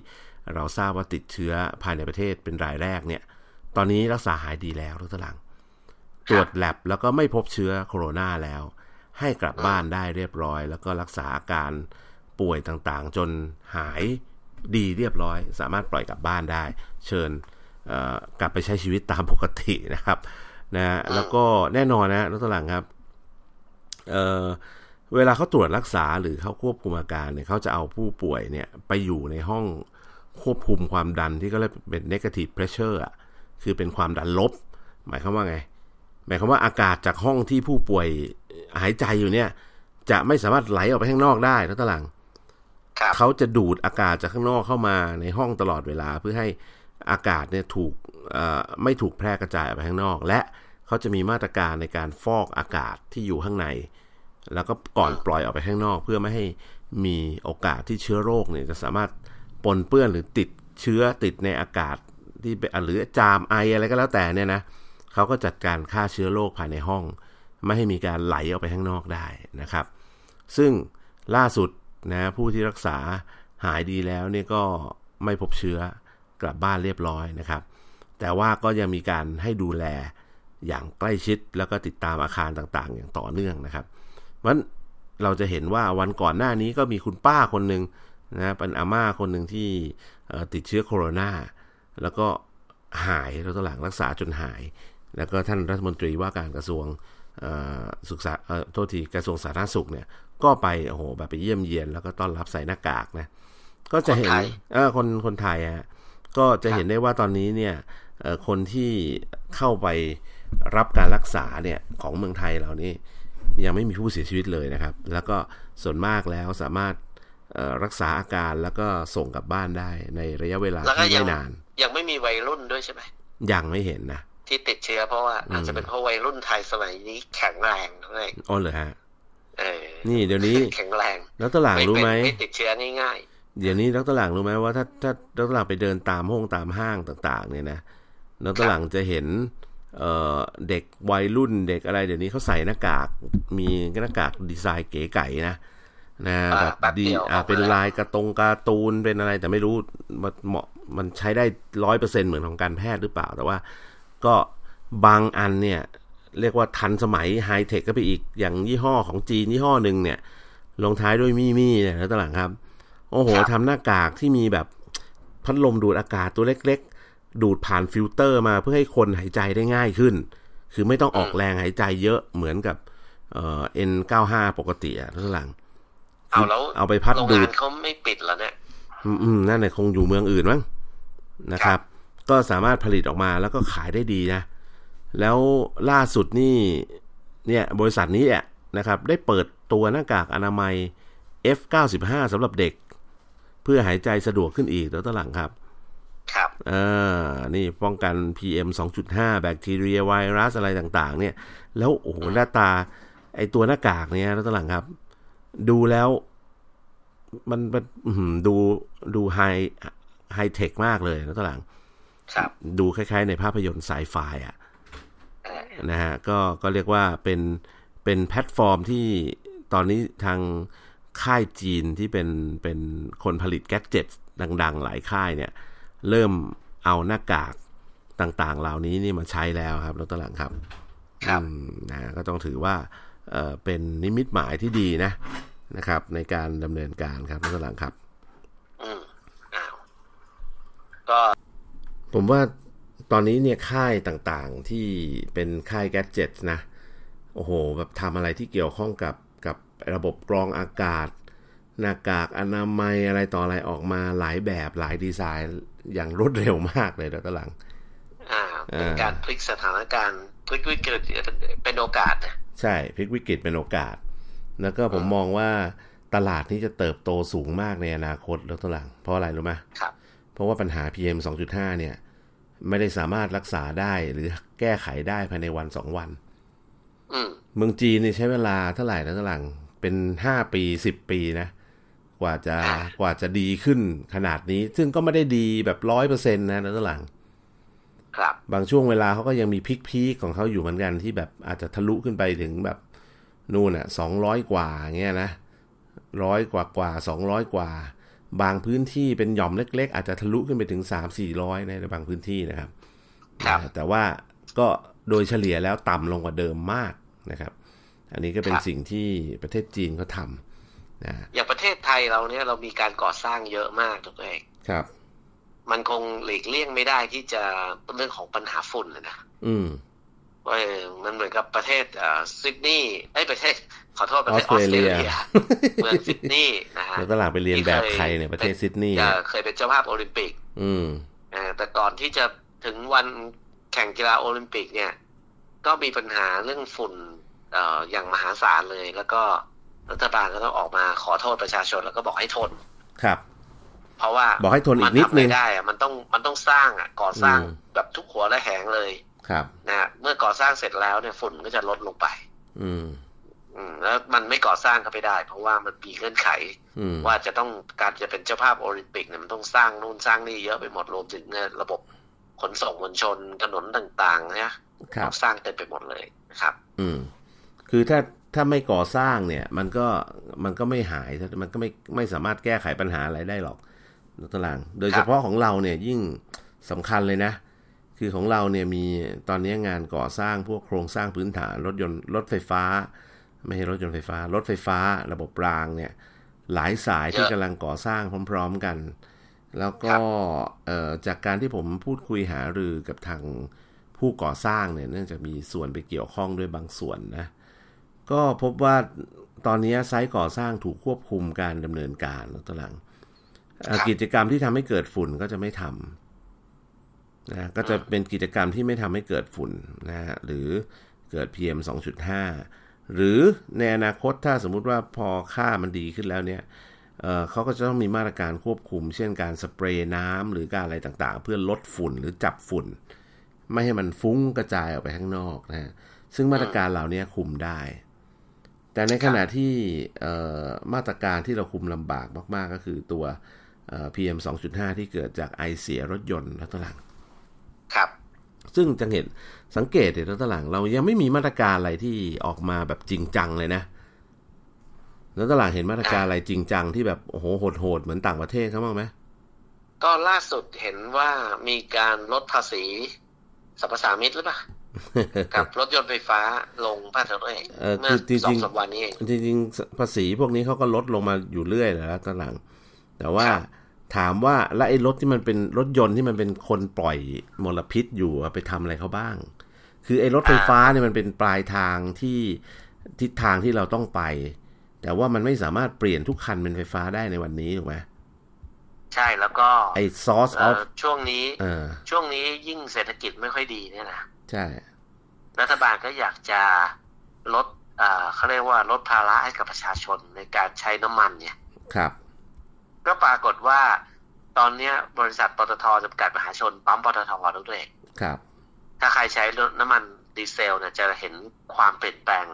เราทราบว่าติดเชื้อภายในประเทศเป็นรายแรกเนี่ย ตอนนี้รักษาหายดีแล้วทุกท่านตรวจแลบแล้วก็ไม่พบเชื้อโคโรนาแล้ว ให้กลับบ้านได้เรียบร้อย แล้วก็รักษาอาการป่วยต่างๆ จนหายดีเรียบร้อย สามารถปล่อยกลับบ้านได้ เชิญเอ่อกลับไปใช้ชีวิตตามปกตินะครับนะฮะแล้วก็แน่นอนนะทุกท่านครับ เอ่อเวลาเขาตรวจรักษาหรือเขาควบคุมอาการเนี่ยเขาจะเอาผู้ป่วยเนี่ยไปอยู่ในห้องควบคุมความดันที่ก็เรียกเป็น negative pressure อะคือเป็นความดันลบ หมายความว่าไง หมายความว่าอากาศจากห้องที่ผู้ป่วยหายใจอยู่เนี่ย จะไม่สามารถไหลออกไปข้างนอกได้นะตะหลัง ครับ เขาจะดูดอากาศจากข้างนอกเข้ามาในห้องตลอดเวลาเพื่อให้อากาศเนี่ยถูกเอ่อไม่ถูกแพร่กระจายออกไปข้างนอก และเขาจะมีมาตรการในการฟอกอากาศที่อยู่ข้างใน แล้วก็ก่อนปล่อยออกไปข้างนอก เพื่อไม่ให้มีโอกาสที่เชื้อโรคเนี่ยจะสามารถปนเปื้อนหรือติดเชื้อติดในอากาศที่เป็นหรือจามไออะไรก็แล้วแต่เนี่ยนะเขาก็จัดการฆ่าเชื้อโรคภายในห้อง ไม่ให้มีการไหลออกไปข้างนอกได้นะครับ ซึ่งล่าสุดนะผู้ที่รักษาหายดีแล้วเนี่ยก็ไม่พบเชื้อกลับบ้านเรียบร้อยนะครับ แต่ว่าก็ยังมีการให้ดูแลอย่างใกล้ชิดแล้วก็ติดตามอาคารต่างๆ อย่างต่อเนื่องนะครับวันเราจะเห็นว่าวันก่อนหน้านี้ก็มีคุณป้าคนหนึ่งนะเป็นอาม่าคนหนึ่งที่เอ่อติดเชื้อโคโรนาแล้วก็หายเราตอนหลังรักษาจนหาย แล้วก็ท่านรัฐมนตรีว่าการกระทรวงเอ่อศึกษาเอ่อโทษทีกระทรวงสาธารณสุขเนี่ยก็ไปโอ้โหแบบไปเยี่ยมเยียนแล้วก็ต้อนรับใส่หน้ากากนะก็จะเห็น คนไทย เออคนคนไทยฮะก็จะเห็นได้ว่าตอนนี้เนี่ยเอ่อคนที่เข้าไปรับการรักษาเนี่ยของเมืองไทยเรานี่ยังไม่มีผู้เสียชีวิตเลยนะครับ แล้วก็ส่วนมากแล้วสามารถเอ่อรักษาอาการแล้วก็ส่งกลับบ้านได้ในระยะเวลา แล้วก็ ที่ ยัง ไม่นาน ยังไม่มีวัยรุ่นด้วยใช่ไหม ยังไม่เห็นนะ ที่ติดเชื้อเพราะว่า อืม อาจจะเป็นเพราะวัยรุ่นไทยสมัยนี้แข็งแรงด้วย อ๋อเหรอฮะ เออ นี่เดี๋ยว นี้ แข็งแรง แล้วตลาด ไม่ รู้ เป็น ไหม ไม่ติดเชื้อนี่ง่าย เดี๋ยวนี้นักตลาดรู้ไหมว่าถ้าถ้านักตลาดไปเดินตามห้องตามห้างต่าง ๆ เนี่ยนะนักตลาดจะเห็นเอ่อเด็กวัยรุ่นเด็กอะไร เดี๋ยวนี้เขาใส่หน้ากากมีหน้ากากดีไซน์เก๋ไก่นะนะ า แบบ แป๊บเดี ดี ยว อ่า ออกมา เป็นลายการะตงการ์ตูนเป็นอะไร แต่ไม่รู้มันเหมาะมันใช้ได้ร้อยเปอร์เซ็นเหมือนของการแพทย์หรือเปล่า แต่ว่าก็บางอันเนี่ย เรียกว่าทันสมัยไฮเทคก็ไปอีกอย่างยี่ห้อของจีนยี่ห้อหนึ่งเนี่ยลงท้ายด้วยมี่มี่เนี่ยนะตลาดครับ โอ้โห ครับ ทำหน้ากากที่มีแบบพัดลมดูดอากาศตัวเล็ก ๆ ดูดผ่านฟิลเตอร์มาเพื่อให้คนหายใจได้ง่ายขึ้น คือไม่ต้องออกแรงหายใจเยอะเหมือนกับเอ่อ N95 ปกติอะทุกหลัง เอาแล้ว เอาไปพัด โรง ดู งา ด นเขาไม่ปิดแล้วเนี่ย อืมอืมนั่นแหละคงอยู่เมืองอื่นมั้งนะครับ ก็สามารถผลิตออกมาแล้วก็ขายได้ดีนะ แล้วล่าสุดนี่เนี่ยบริษัทนี้แหละนะครับ ได้เปิดตัวหน้ากากอนามัย F95 สำหรับเด็ก เพื่อหายใจสะดวกขึ้นอีกแล้วตอนหลังครับ ครับ อ่า นี่ป้องกัน PM 2.5 แบคทีเรียไวรัสอะไรต่างๆ เนี่ย แล้วโอ้โหหน้าตา ไอตัวหน้ากากเนี่ยแล้วตอนหลังครับ ดูแล้ว มันมันอื้อหือดูดูไฮไฮเทคมากเลยแล้วตอนหลัง ครับ ดูคล้ายๆในภาพยนตร์ไซไฟอ่ะ เออ นะฮะก็ก็เรียกว่าเป็นเป็นแพลตฟอร์มที่ตอนนี้ทางค่ายจีนที่เป็นเป็นคนผลิตแกดเจ็ตดังๆ หลายค่ายเนี่ย เริ่มเอาหน้ากากต่างๆ เหล่านี้นี่มาใช้แล้วครับรถตลังครับ ครับ อืมนะก็ต้องถือว่าเอ่อเป็นนิมิตหมายที่ดีนะนะครับ ในการดำเนินการครับรถตลังครับ อืมอ้าวก็ ผมว่าตอนนี้เนี่ยค่ายต่างๆที่เป็นค่ายแกดเจ็ตนะ โอ้โห แบบทำอะไรที่เกี่ยวข้องกับกับระบบกรองอากาศ หน้ากากอนามัยอะไรต่ออะไรออกมาหลายแบบหลายดีไซน์อย่างรวดเร็วมากเลยดรหลัง อ่าเป็น อ่า การพลิกสถานการณ์พลิกวิกฤตเป็นเป็นโอกาสนะ ใช่พลิกวิกฤตเป็นโอกาส แล้วก็ผม อ่าม มองว่าตลาดนี้จะเติบโตสูงมากในอนาคตดรหลัง เพราะอะไรรู้ไหม ครับ เพราะว่าปัญหา PM 2.5 เนี่ย ไม่ได้สามารถรักษาได้หรือแก้ไขได้ภายในวันสองวัน อืม เมืองจีนเนี่ยใช้เวลาเท่าไหร่นะตลังเป็นห้าปีสิบปีนะ กว่าจะ ค่ะ กว่าจะดีขึ้นขนาดนี้ ซึ่งก็ไม่ได้ดีแบบร้อยเปอร์เซ็นต์นะนะตลัง ครับ บางช่วงเวลาเขาก็ยังมีพิกพีของเขาอยู่เหมือนกันที่แบบอาจจะทะลุขึ้นไปถึงแบบนู่นอ่ะสองร้อยกว่าเงี้ยนะร้อยกว่ากว่าสองร้อยกว่า บางพื้นที่เป็นหย่อมเล็ก ๆ อาจจะทะลุขึ้นไปถึงสามสี่ร้อยในบางพื้นที่นะครับ ครับ แต่ว่าก็โดยเฉลี่ยแล้วต่ำลงกว่าเดิมมากนะครับ อันนี้ก็เป็น ครับ สิ่งที่ประเทศจีนเขาทำนะ อย่างประเทศไทยเราเนี่ยเรามีการก่อสร้างเยอะมากทุกเอง ครับ มันคงหลีกเลี่ยงไม่ได้ที่จะเรื่องของปัญหาฝุ่นนะนะ อืม เออมันเหมือนกับประเทศเอ่อซิดนีย์ไอ้ยประเทศขอโทษประเทศ อ อ อ อ ส ส เตรเตร เลีย เลียเมืองซิดนีย์นะฮะ แล้วก็หลัง ไปเรียนแบบใครเนี่ยประเทศซิดนีย์ เอ่อเคยเป็นเจ้าภาพโอลิมปิก อืม เอ่อแต่ก่อนที่จะถึงวันแข่งกีฬาโอลิมปิกเนี่ย ก็มีปัญหาเรื่องฝุ่นเอ่ออย่างมหาศาลเลย แล้วก็รัฐบาลก็ต้องออกมาขอโทษประชาชนแล้วก็บอกให้ทน ครับ เพราะว่า บอกให้ทนอี มั กนิดนึทำไม่ ง ได้อะมันต้องมันต้องสร้างอ่ะก่อสร้าง อืม แบบทุกหัวและแหงเลย ครับ นะฮะเมื่อก่อสร้างเสร็จแล้วเนี่ยฝุ่นก็จะลดลงไป อืม อืมแล้วมันไม่ก่อสร้างก็ไม่ได้ เพราะว่ามันมีเงื่อนไข อืม ว่าจะต้องการจะเป็นเจ้าภาพโอลิมปิกเนี่ยมันต้องสร้างนู่นสร้างนี่เยอะไปหมดรวมถึงเนี่ยระบบขนส่งมวลชนถนนต่างๆ เนี่ย ครับ ต้องสร้างเต็มไปหมดเลยนะครับ อืม คือถ้าถ้าไม่ก่อสร้างเนี่ย มันก็มันก็ไม่หาย มันก็ไม่ไม่สามารถแก้ไขปัญหาอะไรได้หรอกนักตลางโดยเฉพาะของเราเนี่ยยิ่งสำคัญเลยนะ คือของเราเนี่ยมีตอนนี้งานก่อสร้างพวกโครงสร้างพื้นฐาน รถยนต์รถไฟฟ้า ไม่ใช่รถยนต์ไฟฟ้า รถไฟฟ้า ระบบรางเนี่ย หลายสายที่ เยอะ กำลังก่อสร้างพร้อม ๆกัน แล้วก็เอ่อจากการที่ผมพูดคุยหารือกับทางผู้ก่อสร้างเนี่ย เนื่องจากมีส่วนไปเกี่ยวข้องด้วยบางส่วนนะ ก็พบว่าตอนนี้ไซต์ก่อสร้างถูกควบคุมการดำเนินการแล้วตอนหลังเอ่อ ครับ กิจกรรมที่ทำให้เกิดฝุ่นก็จะไม่ทำนะก็จะเป็นกิจกรรมที่ไม่ทำให้เกิดฝุ่นนะฮะหรือเกิด PM 2.5 หรือในอนาคตถ้าสมมุติว่าพอค่ามันดีขึ้นแล้วเนี่ย เอ่อเขาก็จะต้องมีมาตรการควบคุม เช่นการสเปรย์น้ำหรือการอะไรต่างๆ เพื่อลดฝุ่นหรือจับฝุ่น ไม่ให้มันฟุ้งกระจายออกไปข้างนอกนะฮะซึ่งมาตรการเหล่านี้คุมได้ แต่ในขณะที่เอ่อมาตรการที่เราคุมลำบากมากๆ ก็คือตัวเอ่อ PM 2.5 ที่เกิดจากไอเสียรถยนต์และตลัง ครับ ซึ่งจะเห็นสังเกตเห็นแล้วตอนหลังเรายังไม่มีมาตรการอะไรที่ออกมาแบบจริงจังเลยนะ แล้วตอนหลังเห็นมาตรการอะไรจริงจังที่แบบโอ้โหโหดๆเหมือนต่างประเทศเขาบ้างไหม ก็ล่าสุดเห็นว่ามีการลดภาษีสรรพสามิต หรือเปล่ากับรถยนต์ไฟฟ้าลงภาคตะวันออก เออ เมื่ คือ อจ สอ ริ ง ง สามวันนี้เอง ๆจริงๆภาษีพวกนี้เขาก็ลดลงมาอยู่เรื่อยแหล้วตอนหลัง แต่ว่า ครับ ถามว่าแล้วไอ้รถที่มันเป็นรถยนต์ที่มันเป็นคนปล่อยมลพิษอยู่อะไปทำอะไรเขาบ้าง คือไอ้รถไฟฟ้าเนี่ยมันเป็นปลายทางที่ทิศทางที่เราต้องไป แต่ว่ามันไม่สามารถเปลี่ยนทุกคันเป็นไฟฟ้าได้ในวันนี้ถูกไหม ใช่แล้วก็ ไอ้ source เอ่ of อช่วงนี้ เออ ช่วงนี้ยิ่งเศรษฐกิจไม่ค่อยดีเนี่ยนะ ใช่ รัฐบาลก็อยากจะลดเอ่อเขาเรียกว่าลดภาระให้กับประชาชนในการใช้น้ำมันเนี่ย ครับ ก็ปรากฏว่า ตอนเนี้ยบริษัทปตทจำกัดมหาชนปั๊มปตทด้วยตัวเอง ครับ ถ้าใครใช้รถน้ำมันดีเซลเนี่ยจะเห็นความเปลี่ยนแปลง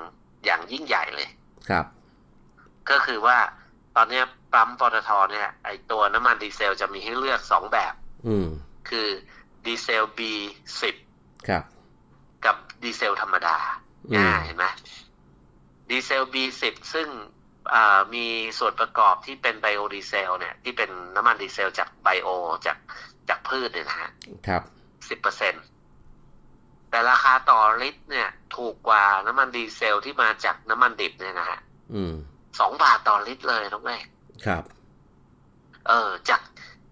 อย่างยิ่งใหญ่เลย ครับ ก็คือว่าตอนเนี้ยปั๊มปตทเนี่ยไอตัวน้ำมันดีเซลจะมีให้เลือกสองแบบ อืม คือดีเซล B10 ครับ กับดีเซลธรรมดา อืม อ่าเห็นไหมดีเซล B10 ซึ่งอ่ามีส่วนประกอบที่เป็นไบโอดีเซลเนี่ย ที่เป็นน้ำมันดีเซลจากไบโอจากจากพืชเนี่ยนะฮะ ครับ สิบเปอร์เซ็นแต่ราคาต่อลิตรเนี่ย ถูกกว่าน้ำมันดีเซลที่มาจากน้ำมันดิบเนี่ยนะฮะ อืม สองบาทต่อลิตรเลยน้องแม่ ครับ เออ จาก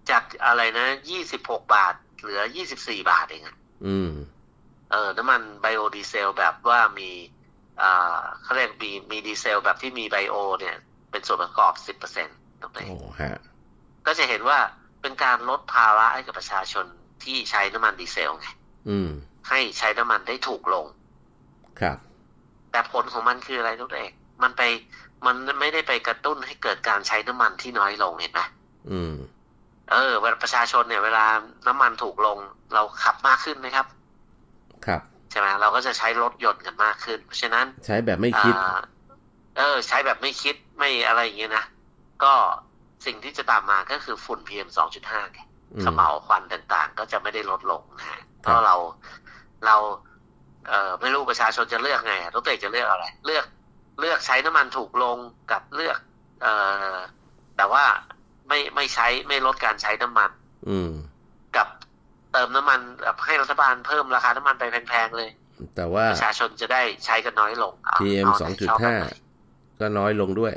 จากอะไรนะยี่สิบหกบาท เหลือยี่สิบสี่บาทเองอะ อืม เออน้ำมันไบโอดีเซลแบบว่ามีอ่าเขาเรียกมีมีดีเซลแบบที่มีไบโอเนี่ย เป็นส่วนประกอบสิบเปอร์เซ็นต์ดรเอก โอ้ฮะ ก็จะเห็นว่าเป็นการลดภาระให้กับประชาชนที่ใช้น้ำมันดีเซลไง อืม ให้ใช้น้ำมันได้ถูกลง ครับ แต่ผลของมันคืออะไรดรเอกมันไปมันไม่ได้ไปกระตุ้นให้เกิดการใช้น้ำมันที่น้อยลงเห็นไหม อืม เออเวลาประชาชนเนี่ยเวลาน้ำมันถูกลงเราขับมากขึ้นไหมครับ ครับ ใช่ไหมเราก็จะใช้รถยนต์กันมากขึ้น เพราะฉะนั้น ใช้แบบไม่คิด อ่าเออ ใช้แบบไม่คิดไม่อะไรอย่างเงี้ยนะ ก็สิ่งที่จะตามมาก็คือฝุ่น PM 2.5ไง อืม เขม่าวควันต่างๆ ก็จะไม่ได้ลดลงนะฮะคเพรับ ราะเราเรา เออไม่รู้ประชาชนจะเลือกไงรถเตจะเลือกอะไร เลือกเลือกใช้น้ำมันถูกลงกับเลือก เออแต่ว่าไม่ไม่ใช้ไม่ลดการใช้น้ำมัน อืม กับเติมน้ำมันแบบให้รัฐบาลเพิ่มราคาน้ำมันไปแพงๆเลย แต่ว่า ประชาชนจะได้ใช้กันน้อยลงเอา PM เา สอง ไน จุด ชบแบบ ห้า ไน ก็น้อยลงด้วย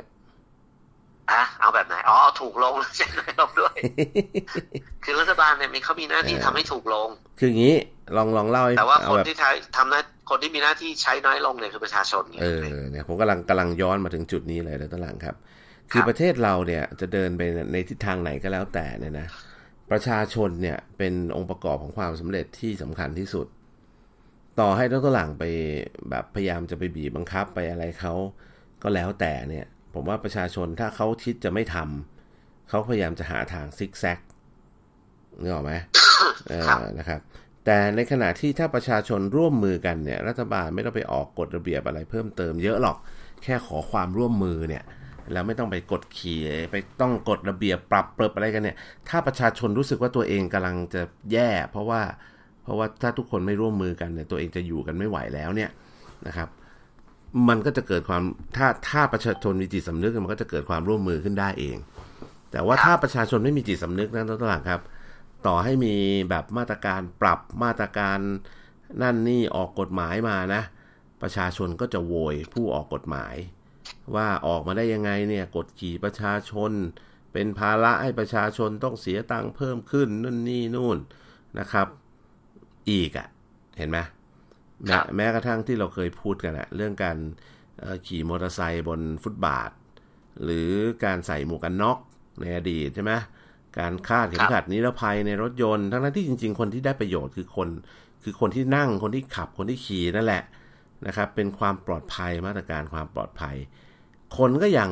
อ่ะเอาแบบไหน อ๋อ ถูกลง แล้วใช่ไหมลงด้วย คือรัฐบาลเนี่ยมีเขามีหน้าที่ เออ ทำให้ถูกลง คืออย่างนี้ลองลองเล่าให้ แต่ว่า เอา คน แบบ ที่ทำทำหน้าคนที่มีหน้าที่ใช้น้อยลงเนี่ยคือประชาชนไง เออเนี่ยผมกำลังกำลังย้อนมาถึงจุดนี้เลยนะต้นหลังครับ ครับ คือประเทศเราเนี่ยจะเดินไปในทิศทางไหนก็แล้วแต่เนี่ยนะประชาชนเนี่ยเป็นองค์ประกอบของความสำเร็จที่สำคัญที่สุด ต่อให้ต้นหลังไปแบบพยายามจะไปบีบบังคับไปอะไรเขาก็แล้วแต่เนี่ย ผมว่าประชาชนถ้าเขาคิดจะไม่ทำเขาพยายามจะหาทางซิกแซกนึกออกไหม เออ ครับ นะครับ แต่ในขณะที่ถ้าประชาชนร่วมมือกันเนี่ย รัฐบาลไม่ต้องไปออกกฎระเบียบอะไรเพิ่มเติมเยอะหรอก แค่ขอความร่วมมือเนี่ย แล้วไม่ต้องไปกดขี่ไปต้องกฎระเบียบปรับเปรบอะไรกันเนี่ย ถ้าประชาชนรู้สึกว่าตัวเองกำลังจะแย่ เพราะว่า เพราะว่าถ้าทุกคนไม่ร่วมมือกันเนี่ย ตัวเองจะอยู่กันไม่ไหวแล้วเนี่ยนะครับ มันก็จะเกิดความถ้าถ้าประชาชนมีจิตสำนึกมันก็จะเกิดความร่วมมือขึ้นได้เอง แต่ว่าถ้าประชาชนไม่มีจิตสำนึกนะท่านตลาดครับ ต่อให้มีแบบมาตรการปรับมาตรการนั่นนี่ออกกฎหมายมานะ ประชาชนก็จะโวยผู้ออกกฎหมาย ว่าออกมาได้ยังไงเนี่ยกดขี่ประชาชน เป็นภาระให้ประชาชนต้องเสียตังค์เพิ่มขึ้นนั่นนี่นู่นนะครับ อีกอะ่ะ เห็นไหมแม้ ครับ แม้กระทั่งที่เราเคยพูดกันอะเรื่องการเอ่อขี่มอเตอร์ไซค์บนฟุตบาท หรือการใส่หมวกกันน็อกในอดีตใช่ไหมการคาดเข็มขัดนิรภัยในรถยนต์ทั้งนั้นที่จริง ๆ คนที่ได้ประโยชน์คือคน คือคนที่นั่งคนที่ขับคนที่ขี่นั่นแหละนะครับ เป็นความปลอดภัยมาตรการความปลอดภัย คนก็ยัง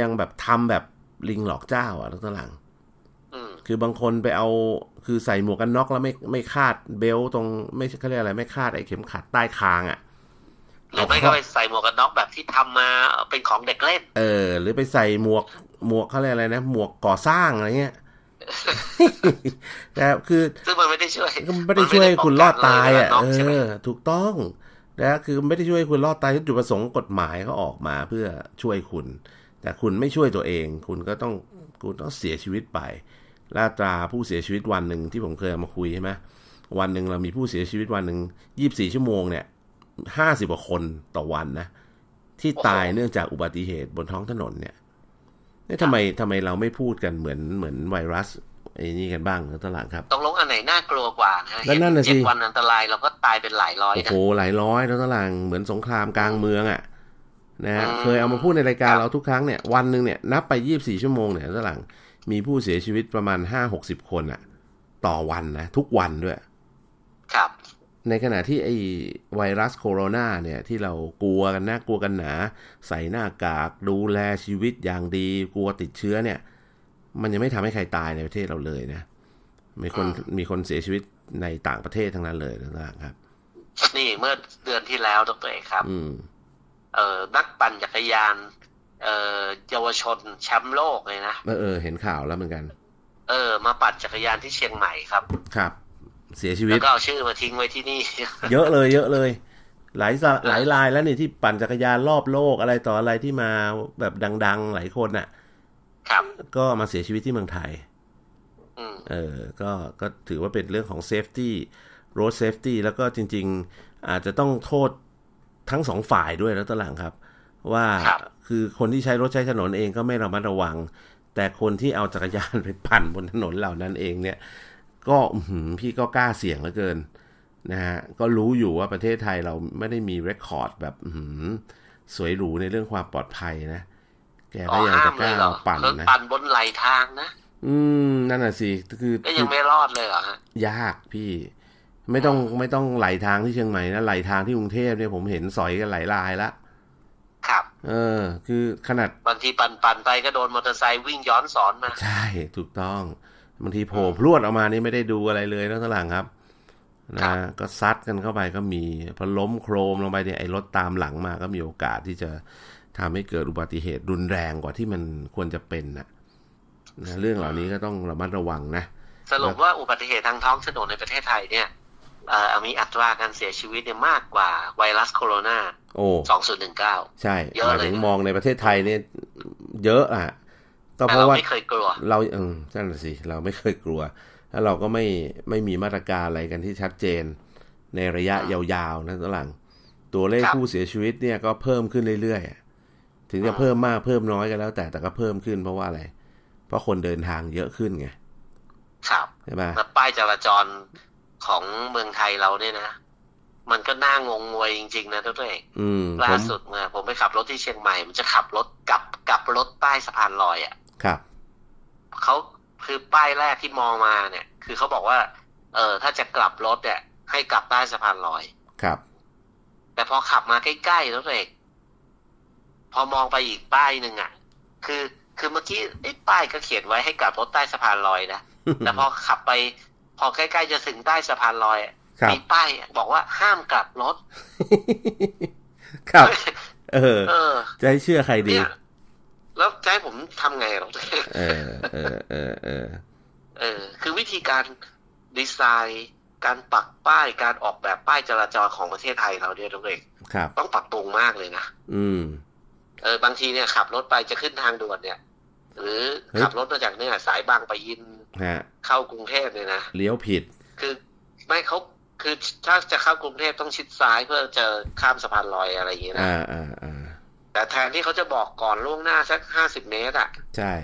ยังแบบทำแบบลิงหลอกเจ้าอ่ะตั้งหลัง อืม คือบางคนไปเอาคือใส่หมวกกันน็อกแล้วไม่ไม่คาดเบลต์ตรงไม่เขาเรียกอะไรไม่คาดไอ้เข็มขัดใต้คางอ่ะ หรือไม่ก็ไปใส่หมวกกันน็อกแบบที่ทำมาเป็นของเด็กเล่น เออ หรือไปใส่หมวกหมวกเขาเรียกอะไรนะ หมวกก่อสร้างอะไรเงี้ย แต่คือ ซึ่งมันไม่ได้ ช่วย ก็ไม่ได้ช่วยให้คุณรอดตายอ่ะ มันไม่ได้ป้งกัเอนเลยเวลน็กใช่ไหม อ ถูกต้องนะคือไม่ได้ช่วยให้คุณรอดตายจุดประสงค์กฎหมายเขาออกมาเพื่อช่วยคุณ แต่คุณไม่ช่วยตัวเอง คุณก็ต้องคุณต้องเสียชีวิตไปลาตราผู้เสียชีวิตวันหนึ่งที่ผมเคยเอามาคุยใช่ไหมวันหนึ่งเรามีผู้เสียชีวิตวันหนึ่งยี่บสี่ชั่วโมงเนี่ยห้าสิบกว่าคนต่อวันนะ ที่ตายเนื่องจากอุบัติเหตุบนท้องถนนเนี่ยเนี่ยทำไมทำไมเราไม่พูดกันเหมือนเหมือนไวรัสไอ้นี่กันบ้างนะตอนหลาดครับ ตกลงอันไหนน่ากลัวกว่านะฮะ แล้วนั่นน่ะสิ เจ็ดวันอันตรายเราก็ตายเป็นหลายร้อย โอ้ นะ โหหลายร้อยแล้วตารางเหมือนสงครามกลางเมืองอะ่ะนะฮะ อืม เคยเอามาพูดในรายการ ครับ เราทุกครั้งเนี่ยวันหนึ่งเนี่ยนับไป 24 ชั่วโมงเนี่ยตารางมีผู้เสียชีวิตประมาณ 5 60 คนอะ่ะ ต่อวันนะ ทุกวันด้วย ครับ ในขณะที่ไอไวรัสโคโรนาเนี่ยที่เรากลัวกันนะกลัวกันหนา ใส่หน้ากากดูแลชีวิตอย่างดีกลัวติดเชื้อเนี่ย มันยังไม่ทำให้ใครตายในประเทศเราเลยนะมีคน อืม มีคนเสียชีวิตในต่างประเทศทั้งนั้นเลยนะครับ นี่เมื่อเดือนที่แล้วดรเอกครับ อืม เอ่อนักปั่นจักรยาน เอ่อเยาวชนแชมป์โลกเลยนะ เออเออเห็นข่าวแล้วเหมือนกัน เออ มาปั่นจักรยานที่เชียงใหม่ครับ ครับ เสียชีวิ แล้ ต วก็เอาชื่อมาทิ้งไว้ที่นี่ เยอะเลยเยอะเลย หลายสะหลายรายแล้วนี่ที่ปั่นจักรยานรอบโลกอะไรต่ออะไรที่มาแบบดัง ๆ หลายคนน่ะ ครับ ก็มาเสียชีวิตที่เมืองไทย อืม เออก็ก็ถือว่าเป็นเรื่องของ safety road safety แล้วก็จริง ๆ อาจจะต้องโทษทั้งสองฝ่ายด้วยแล้วตอนหลังครับ ว่า ครับ คือคนที่ใช้รถใช้ถนนเองก็ไม่ระมัดระวัง แต่คนที่เอาจักรยาน ไปปั่นบนถนนเหล่านั้นเองเนี่ย ก็อื้อหือพี่ก็กล้าเสี่ยงเหลือเกินนะฮะก็รู้อยู่ว่าประเทศไทยเราไม่ได้มีเรคคอร์ดแบบอื้อหือสวยหรูในเรื่องความปลอดภัยนะ แก อ๋ ก็ อ ยัง ห้า จะ ม ก เล ล้าย เหรอ เอาปั่น เครื่อง นะ ปั่นบนไหลทางนะ อืม นั่นน่ะสิคือ ก็ คื ยั อง ไม่รอดเลยเหรอฮะ ยากพี่ ไม่ต้องไม่ต้องไหลทางที่เชียงใหม่นะไหลทางที่กรุงเทพเนี่ยผมเห็นสอยกันหลายรายละ ครับ เออ คือขนาด บางทีปั่นปั่นไปก็โดนมอเตอร์ไซค์วิ่งย้อนสอนมา ใช่ถูกต้องบางทีโผล่พรวดออกมานี่ไม่ได้ดูอะไรเลยนะท่านหลังครับ ครั นะ บ ก็ซัดกันเข้าไปก็มีพอล้มโครมลงไปเนี่ยไอ้รถตามหลังมาก็มีโอกาสที่จะทำให้เกิดอุบัติเหตุรุนแรงกว่าที่มันควรจะเป็นนะนะเรื่องเหล่านี้ก็ต้องระมัดระวังนะ สรุปว่าอุบัติเหตุทางท้องถนนในประเทศไทยเนี่ยเอ่อมีอัตราการเสียชีวิตเนี่ยมากกว่าไวรัสโคโรนา โอ้ 2019 ใช่ เยอะ ห เลย มายถึงมองในประเทศไทยเนี่ยเยอะอ่ะ ก็เพ แต่ ราะ เรา ว่า ไม่เคยกลัว เราเออนั่นนะสิเราไม่เคยกลัว แล้วเราก็ไม่ไม่มีมาตรการอะไรกันที่ชัดเจน ในระยะยาวๆนะตอนหลัง ตัวเลข ครับ ผู้เสียชีวิตเนี่ยก็เพิ่มขึ้นเรื่อยๆ ถึงจะ อ่า เพิ่มมากเพิ่มน้อยก็แล้ว แต่แต่ก็เพิ่มขึ้นเพราะว่าอะไร เพราะคนเดินทางเยอะขึ้นไง ครับ ใช่ไหม แล้วป้ายจราจรของเมืองไทยเราเนี่ยนะ มันก็น่างงงวยจริงๆนะทุกท่าน อืมผ ล่าม สุดเนี่ยผมไปขับรถที่เชียงใหม่ มันจะขับรถกลับกลับรถใต้สะพานลอยอ่ะ ครับ เขาคือป้ายแรกที่มองมาเนี่ย คือเขาบอกว่า เออถ้าจะกลับรถเนี่ยให้กลับใต้สะพานลอย ครับ แต่พอขับมาใกล้ๆแล้วเอกพอมองไปอีกป้ายหนึ่งอ่ะ คือคือเมื่อกี้ไอ้ป้ายก็เขียนไว้ให้กลับรถใต้สะพานลอยนะแต่พอขับไป พอใกล้ๆจะถึงใต้สะพานลอยอะ ครับ มีป้ายบอกว่าห้ามกลับรถ ครับ เออ เออ จะให้เชื่อใครดี เนี่ย แล้วจะ ให้ผมทำไงหรอก เออ เออ เออเออ เออ คือวิธีการดีไซน์ การปักป้ายการออกแบบป้ายจราจรของประเทศไทยเราเนี่ยทุกเอก ครับ ต้องปรับปรุงมากเลยนะ อืม เออบางทีเนี่ยขับรถไปจะขึ้นทางด่วนเนี่ย หรือ เฮ้ย ขับรถมาจากเนี่ยสายบางปะอิน ฮะ เข้ากรุงเทพเนี่ยนะ เลี้ยวผิด คือไม่เขาคือถ้าจะเข้ากรุงเทพต้องชิดซ้ายเพื่อจะข้ามสะพานลอยอะไรอย่างเงี้ยนะ อ่าอ่าอ่า แต่แทนที่เขาจะบอกก่อนล่วงหน้าสักห้าสิบเมตรอ่ะ ใช่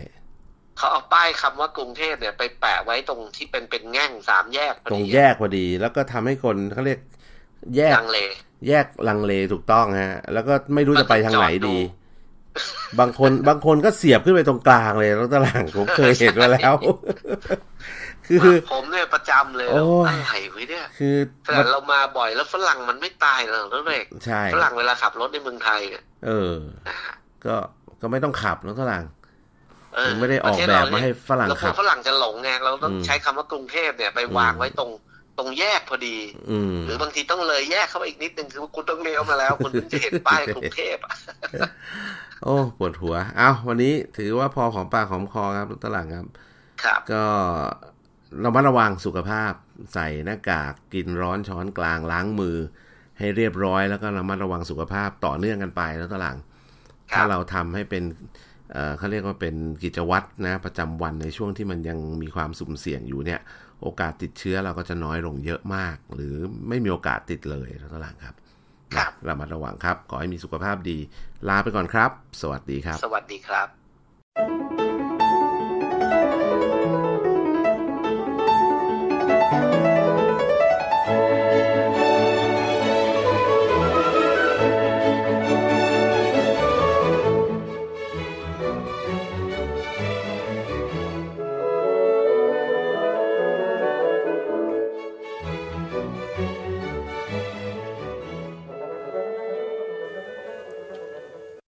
เขาเอาป้ายคำว่ากรุงเทพเนี่ยไปแปะไว้ตรงที่เป็นเป็นแง่งสามแยกพอ ตรง ดี แยกพอดีแล้วก็ทำให้คนเขาเรียก แยก ลังเล แยกลังเลถูกต้องฮะ แล้วก็ไม่รู้จะไปทางไหนดี จอดดู บางคนบางคนก็เสียบขึ้นไปตรงกลางเลยแล้วตลางผมเคยเห็นมาแล้ว คือ ผมเนี่ยประจำเลย โอ้ย อะไรวะเนี่ย คือ แต่เรามาบ่อยแล้วฝรั่งมันไม่ตายหรอกนั่นเอง ใช่ ฝรั่งเวลาขับรถในเมืองไทยเนี่ย เออ นะฮะ ก็ก็ไม่ต้องขับแล้วตลาง เออ ถึงไม่ได้ออกแบบมาให้ฝรั่ง แล้วพ ขั อบ ฝรั่งจะหลงไงเราต้อง อืม ใช้คำว่ากรุงเทพเนี่ยไปวาง อืม ไว้ตรงตรงแยกพอดี อืม หรือบางทีต้องเลยแยกเข้าไปอีกนิดนึงคือว่าคุณต้องเลี้ยวมาแล้ว คุณถึงจะเห็นป้ายกรุงเทพอะ โอ้ปวดหัว เอาวันนี้ถือว่าพอของปากของคอครับตลางครับ ครับ ก็ระมัดระวังสุขภาพใส่หน้ากากกินร้อนช้อนกลางล้างมือ ให้เรียบร้อยแล้วก็ระมัดระวังสุขภาพต่อเนื่องกันไปแล้วตอนหลัง ครับ ถ้าเราทำให้เป็นเอ่อเขาเรียกว่าเป็นกิจวัตรนะประจำวันในช่วงที่มันยังมีความสุ่มเสี่ยงอยู่เนี่ย โอกาสติดเชื้อเราก็จะน้อยลงเยอะมาก หรือไม่มีโอกาสติดเลยแล้วตอนหลังครับ ครับ นะระมัดระวังครับ ขอให้มีสุขภาพดี ลาไปก่อนครับ สวัสดีครับ สวัสดีครับ